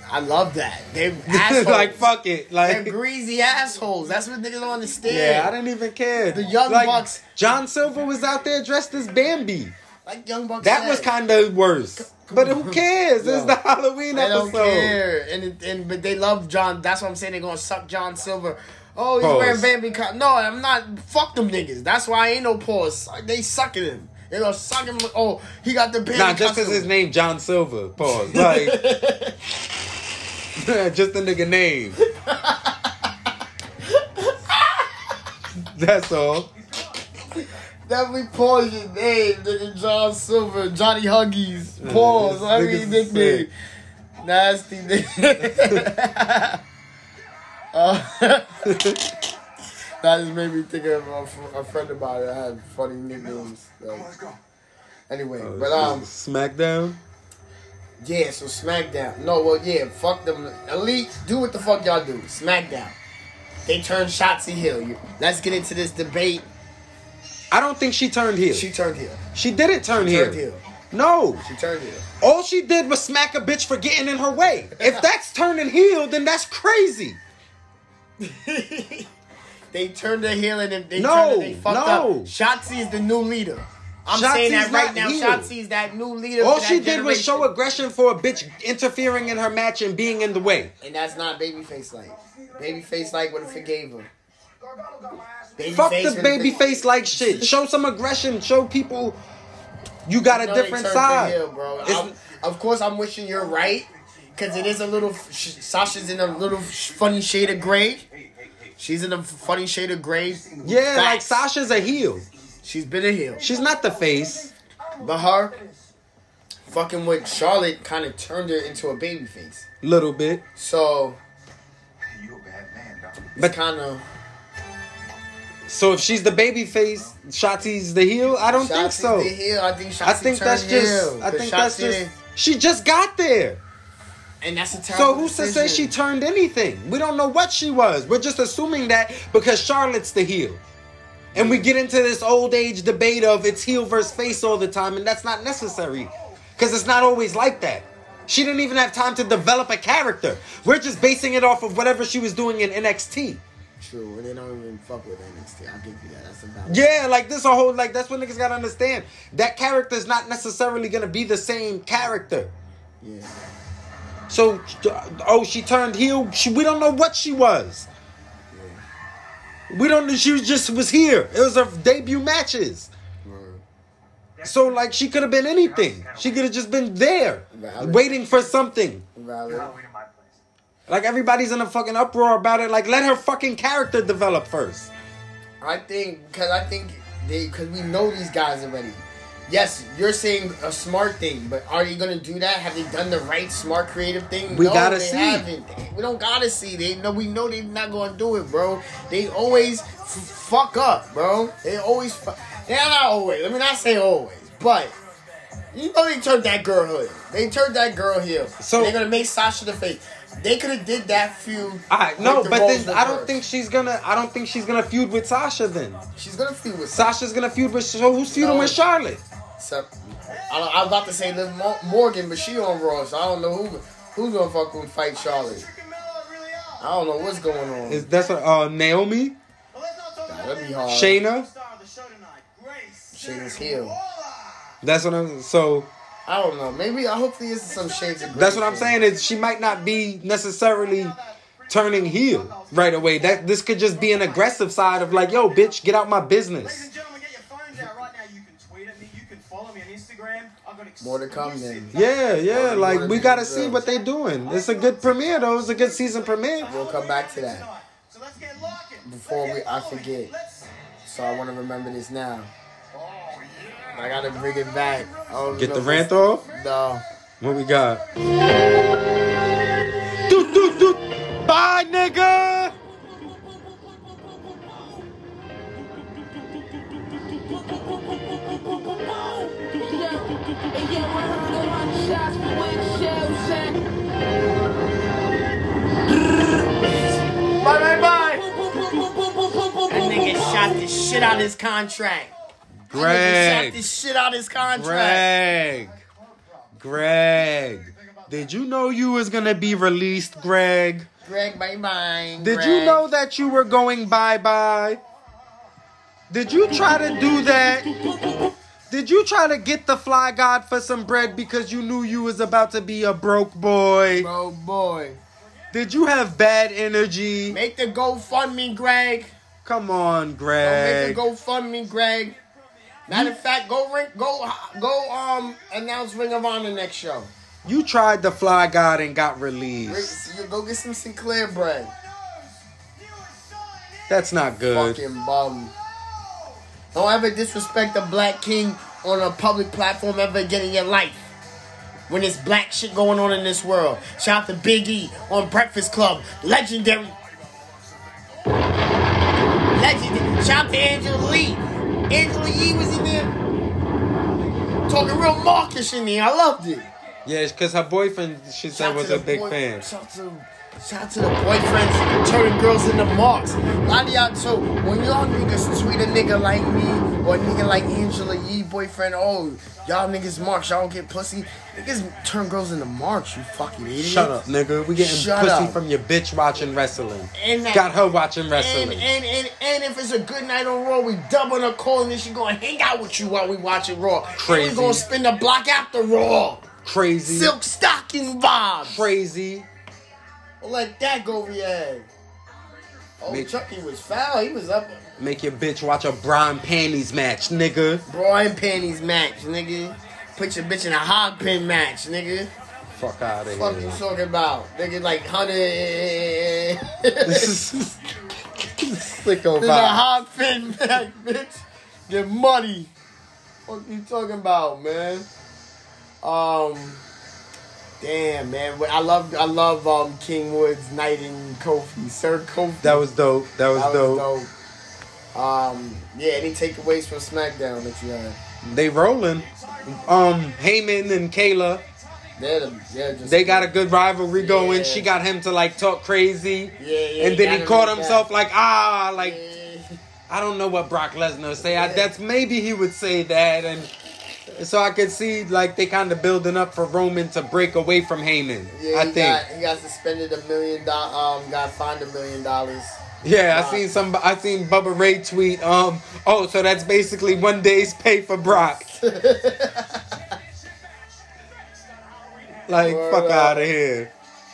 Speaker 3: I love that. They assholes.
Speaker 4: like fuck it.
Speaker 3: They're
Speaker 4: Like
Speaker 3: greasy assholes. That's what niggas don't understand.
Speaker 4: Yeah, I didn't even care.
Speaker 3: The Young
Speaker 4: Like,
Speaker 3: Bucks-
Speaker 4: John Silver was out there dressed as Bambi.
Speaker 3: like Young Bucks.
Speaker 4: That
Speaker 3: said,
Speaker 4: was kind of worse. But who cares? It's the Halloween
Speaker 3: They don't
Speaker 4: episode.
Speaker 3: care, and it- and but they love John. That's what I'm saying. They're gonna suck John Silver. Oh, he's
Speaker 4: Pause.
Speaker 3: wearing Bambi. Co- no, I'm not. Fuck them niggas. That's why ain't no pause. They sucking him. They gonna suck him. Oh, he got the Bambi.
Speaker 4: Nah, just
Speaker 3: costume.
Speaker 4: because his name John Silver. Pause. Like, just the nigga name. That's all.
Speaker 3: Definitely pause your name, nigga. John Silver, Johnny Huggies, pause. I
Speaker 4: niggas
Speaker 3: mean,
Speaker 4: is
Speaker 3: nickname. Nasty nigga. uh, that just made me think of a, f- a friend of mine that had
Speaker 4: Oh,
Speaker 3: funny nicknames. Like, anyway, but um,
Speaker 4: SmackDown.
Speaker 3: Yeah, so SmackDown. No, well, yeah, fuck them. Elite, do what the fuck y'all do. SmackDown. They turned Shotzi heel. You- Let's get into this debate.
Speaker 4: I don't think she turned heel.
Speaker 3: She
Speaker 4: She,
Speaker 3: turned heel.
Speaker 4: didn't turn heel.
Speaker 3: Turned heel.
Speaker 4: No.
Speaker 3: She turned heel.
Speaker 4: All she did was smack a bitch for getting in her way. If that's turning heel, then that's crazy.
Speaker 3: They turned her heel and then they
Speaker 4: No,
Speaker 3: turned her, they fucked
Speaker 4: no.
Speaker 3: up. Shotzi is the new leader. I'm
Speaker 4: Shotzi's
Speaker 3: saying that right
Speaker 4: not
Speaker 3: now.
Speaker 4: heel.
Speaker 3: Shotzi is that new leader.
Speaker 4: All
Speaker 3: for that
Speaker 4: she did was show
Speaker 3: generation.
Speaker 4: aggression for a bitch interfering in her match and being in the way.
Speaker 3: And that's not babyface like. Babyface like would have forgave her. Babyface
Speaker 4: Fuck the
Speaker 3: would've
Speaker 4: baby
Speaker 3: been-
Speaker 4: face like shit. Show some aggression. Show people you got
Speaker 3: No,
Speaker 4: a
Speaker 3: they
Speaker 4: different
Speaker 3: turned
Speaker 4: side.
Speaker 3: to heel, bro.
Speaker 4: It's-
Speaker 3: I'm- Of course, I'm wishing you're right because it is a little. Sh- Sasha's in a little sh- funny shade of gray. She's in a funny shade of gray.
Speaker 4: yeah, like
Speaker 3: Facts.
Speaker 4: Sasha's a heel.
Speaker 3: She's been a heel,
Speaker 4: She's not the face.
Speaker 3: but her fucking with Charlotte kind of turned her into a baby face.
Speaker 4: Little bit.
Speaker 3: So
Speaker 2: You a bad man, dog.
Speaker 3: it's kind of
Speaker 4: So if she's the baby face, Shotzi's the heel? I don't think so.
Speaker 3: The heel. I think Shotzi
Speaker 4: I think that's
Speaker 3: turned
Speaker 4: just
Speaker 3: heel,
Speaker 4: I
Speaker 3: 'cause
Speaker 4: think that's
Speaker 3: Shotzi
Speaker 4: just
Speaker 3: didn't-
Speaker 4: she just got there.
Speaker 3: and that's a
Speaker 4: So
Speaker 3: terrible.
Speaker 4: who's to
Speaker 3: decision.
Speaker 4: say she turned anything? We don't know what she was. We're just assuming that because Charlotte's the heel. And we get into this old age debate of it's heel versus face all the time, and that's not necessary. Because it's not always like that. She didn't even have time to develop a character. We're just basing it off of whatever she was doing in NXT.
Speaker 3: true? And they don't even fuck with NXT. I'll give you that. That's about
Speaker 4: Yeah, like this a whole like that's what niggas gotta understand. That character is not necessarily gonna be the same character.
Speaker 3: yeah.
Speaker 4: So, oh, she turned heel. She, we don't know what she was. We don't know. She was just was here. It was her debut matches. So, like, she could have been anything. She could have just been there,
Speaker 3: Valid.
Speaker 4: waiting for something.
Speaker 3: Valid.
Speaker 4: Like everybody's in a fucking uproar about it. Like, let her fucking character develop first.
Speaker 3: I think because I think they because we know these guys already. Yes, you're saying a smart thing, but are you gonna do that? Have they done the right smart creative thing?
Speaker 4: We gotta
Speaker 3: they
Speaker 4: see.
Speaker 3: Haven't. We don't gotta see. They know we know they're not gonna do it, bro. They always f- fuck up, bro. They always fuck. They're not always. Let me not say always, but. You know they turned that girl heel. They turned that girl heel.
Speaker 4: So-
Speaker 3: So they're gonna make Sasha the face. They could have did that feud.
Speaker 4: All right, no,
Speaker 3: with the
Speaker 4: but
Speaker 3: roles
Speaker 4: then I don't
Speaker 3: reversed.
Speaker 4: think she's gonna. I don't think she's gonna feud with Sasha. Then
Speaker 3: she's gonna feud with
Speaker 4: Sasha's gonna feud with. So who's feuding
Speaker 3: No.
Speaker 4: with Charlotte?
Speaker 3: So, I, don't- I was about to say Liv Mo- Morgan, but she on Raw, so I don't know who who's gonna fucking fight Charlotte. I don't know what's going on.
Speaker 4: Is that's what, uh Naomi,
Speaker 3: That'd be hard.
Speaker 4: Shayna?
Speaker 3: Shayna's heel.
Speaker 4: That's what I'm. So
Speaker 3: I don't know. Maybe I hopefully it's some shades of. Gray
Speaker 4: That's what I'm
Speaker 3: shit.
Speaker 4: saying is she might not be necessarily turning heel right away. That this could just be an aggressive side of like, yo, bitch, get out my
Speaker 9: Ladies and
Speaker 4: business.
Speaker 9: gentlemen, get your phones out right now. You can tweet at me. You can follow me on Instagram. I've got
Speaker 3: More to come
Speaker 9: exclusive
Speaker 3: then.
Speaker 4: Yeah, yeah, like we gotta see what they doing. It's a good premiere though. It's a good season premiere.
Speaker 3: We'll come back to that
Speaker 9: tonight. So let's get locking.
Speaker 3: before we I forget.
Speaker 9: Let's
Speaker 3: So I want to remember this now. I gotta bring it back. I don't
Speaker 4: Get
Speaker 3: know
Speaker 4: the
Speaker 3: if it's-
Speaker 4: rant off.
Speaker 3: No.
Speaker 4: What we got? Doot, doot, doot. Bye, nigga.
Speaker 3: Bye bye bye. That nigga shot
Speaker 7: That
Speaker 3: the shit out of his contract. That nigga shot the
Speaker 4: Greg.
Speaker 3: shit out of his contract.
Speaker 4: Greg. Greg. Did you know you was gonna be released, Greg?
Speaker 3: Greg, bye bye.
Speaker 4: Did you know that you were going bye bye? Did you try to do that? Did you try to get the fly god for some bread because you knew you was about to be a broke boy?
Speaker 3: Bro, Oh, boy.
Speaker 4: Did you have bad energy?
Speaker 3: Make the GoFundMe, Greg.
Speaker 4: Come on,
Speaker 3: Don't make
Speaker 4: Greg.
Speaker 3: the GoFundMe, Greg. Matter of fact, go ring, go, go. Um, announce Ring of Honor next show.
Speaker 4: You tried the fly god and got
Speaker 3: Ring,
Speaker 4: released.
Speaker 3: you go get some Sinclair bread.
Speaker 4: That's not good.
Speaker 3: Fucking bum. Don't ever disrespect the Black King on a public platform ever again in your life. When there's black shit going on in this world. Shout out to Big E on Breakfast Club. Legendary. Legendary. Shout out to Angela Lee. Angela Yee was in there talking real mawkish in there. I loved it.
Speaker 4: Yeah, because her boyfriend, she said, was a
Speaker 3: the
Speaker 4: big
Speaker 3: boy-
Speaker 4: fan.
Speaker 3: Shout to, shout to the boyfriends turning girls into marks. A lot of y'all too. When y'all niggas tweet a nigga like me or a nigga like Angela Yee boyfriend, oh y'all niggas marks, y'all don't get pussy. Niggas turn girls into marks. You fucking idiot.
Speaker 4: Shut up, nigga. We getting
Speaker 3: Shut
Speaker 4: pussy
Speaker 3: up.
Speaker 4: from your bitch watching wrestling.
Speaker 3: And that-
Speaker 4: Got her watching
Speaker 3: And,
Speaker 4: wrestling.
Speaker 3: and and and if it's a good night on Raw, we doubling her calling and she gonna hang out with you while we watching Raw. And
Speaker 4: Crazy.
Speaker 3: we gonna spend the block after Raw.
Speaker 4: Crazy.
Speaker 3: Silk stocking vibes.
Speaker 4: Crazy.
Speaker 3: Let that go over your head. Oh,
Speaker 4: Make-
Speaker 3: Chucky was foul. He was up.
Speaker 4: Make your bitch watch a bra and panties match, nigga.
Speaker 3: Bra and panties match, nigga. Put your bitch in a hog pin match, nigga.
Speaker 4: Fuck out of
Speaker 3: Fuck you
Speaker 4: here.
Speaker 3: talking about, nigga? Like Hunter in
Speaker 4: Sicko
Speaker 3: a
Speaker 4: vibe.
Speaker 3: hog pin match, bitch. Get money. Fuck you talking about, man? Um, damn, man. But I love, I love um King Woods knighting Kofi, Sir Kofi.
Speaker 4: That was dope. That was,
Speaker 3: That
Speaker 4: dope.
Speaker 3: was dope. Um, yeah, any takeaways from SmackDown that you had?
Speaker 4: They rolling. Um, Heyman and Kayla,
Speaker 3: They're the, they're just
Speaker 4: they got a good rivalry going.
Speaker 3: Yeah.
Speaker 4: She got him to like talk crazy.
Speaker 3: Yeah, yeah,
Speaker 4: and then
Speaker 3: got
Speaker 4: he
Speaker 3: him
Speaker 4: caught
Speaker 3: like that.
Speaker 4: himself like, ah, like,
Speaker 3: Yeah.
Speaker 4: I don't know what Brock Lesnar say. I, that's maybe he would say that, and so I could see like they kind of building up for Roman to break away from Heyman.
Speaker 3: Yeah,
Speaker 4: I
Speaker 3: he
Speaker 4: think.
Speaker 3: Got, he got suspended a million dollars. Um, got fined a million dollars.
Speaker 4: yeah, I
Speaker 3: Brock.
Speaker 4: seen some. I seen Bubba Ray tweet. Um. Oh, so that's basically one day's pay for Brock. like
Speaker 3: Word
Speaker 4: fuck
Speaker 3: up.
Speaker 4: out of here.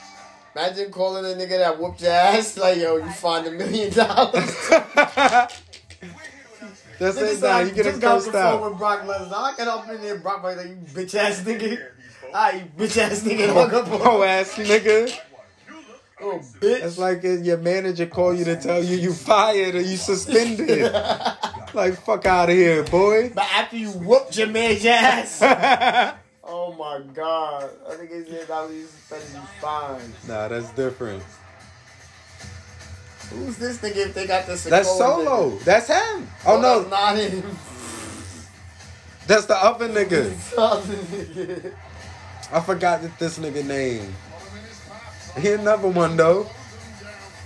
Speaker 3: Imagine calling a nigga that whooped your ass like, yo, you fined a million dollars.
Speaker 4: That's
Speaker 3: Nigga
Speaker 4: it.
Speaker 3: said,
Speaker 4: Now
Speaker 3: I
Speaker 4: you get a
Speaker 3: just got off
Speaker 4: cursed
Speaker 3: the phone
Speaker 4: out.
Speaker 3: with Brock Lesnar. I got up in there, Brock Lesnar, like, you bitch ass nigga. I you bitch ass nigga. Hung up on
Speaker 4: Pro ass nigga.
Speaker 3: oh, bitch.
Speaker 4: It's like if your manager call you to tell you you fired or you suspended. like fuck out of here, boy.
Speaker 3: But after you whooped your man's ass. oh my god. I think he said that was suspended you fine.
Speaker 4: Nah, that's different.
Speaker 3: Who's this nigga if they got this?
Speaker 4: That's solo. That's him. Oh
Speaker 3: that's
Speaker 4: no,
Speaker 3: not him.
Speaker 4: that's the other nigga.
Speaker 3: It's other nigga.
Speaker 4: I forgot that this nigga name. He another one though.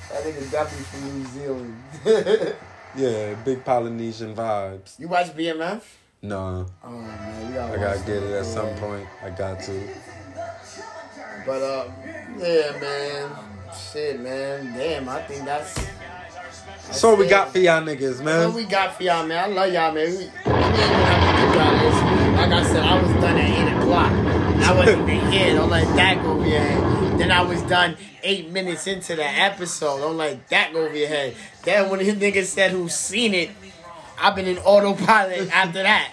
Speaker 3: That nigga's definitely from New Zealand.
Speaker 4: Yeah, big Polynesian vibes.
Speaker 3: you watch BMF?
Speaker 4: Nah,
Speaker 3: Oh man, you gotta
Speaker 4: I
Speaker 3: watch
Speaker 4: gotta
Speaker 3: that,
Speaker 4: get it at some
Speaker 3: man.
Speaker 4: point. I got to.
Speaker 3: But uh, yeah, man. Shit, man. Damn, I think that's. that's
Speaker 4: So we
Speaker 3: it.
Speaker 4: got for y'all niggas,
Speaker 3: That's what
Speaker 4: man.
Speaker 3: we got for y'all, man. I love y'all, man. We, we didn't even have to do y'all this. Like I said, I was done at 8 o'clock. I wasn't even here. Don't let that go over your head. Then I was done eight minutes into the episode. Don't let that go over your head. Then when his nigga said who seen it, I've been in autopilot after that.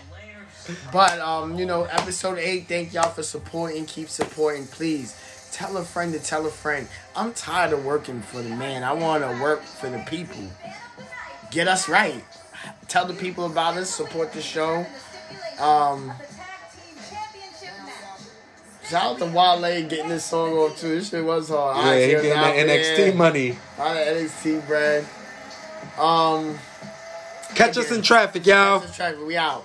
Speaker 3: But um, you know, episode eight. Thank y'all for supporting. Keep supporting, please. Tell a friend to tell a friend. I'm tired of working for the man. I want to work for the people. Get us right. Tell the people about us. Support the show. Um, shout out to Wale getting this song on too. This shit was hard.
Speaker 4: Yeah, he
Speaker 3: Eyes
Speaker 4: getting
Speaker 3: Here Now,
Speaker 4: that NXT
Speaker 3: man.
Speaker 4: money.
Speaker 3: All that NXT brand. Um,
Speaker 4: Catch us in traffic, y'all.
Speaker 3: that's the track. We out.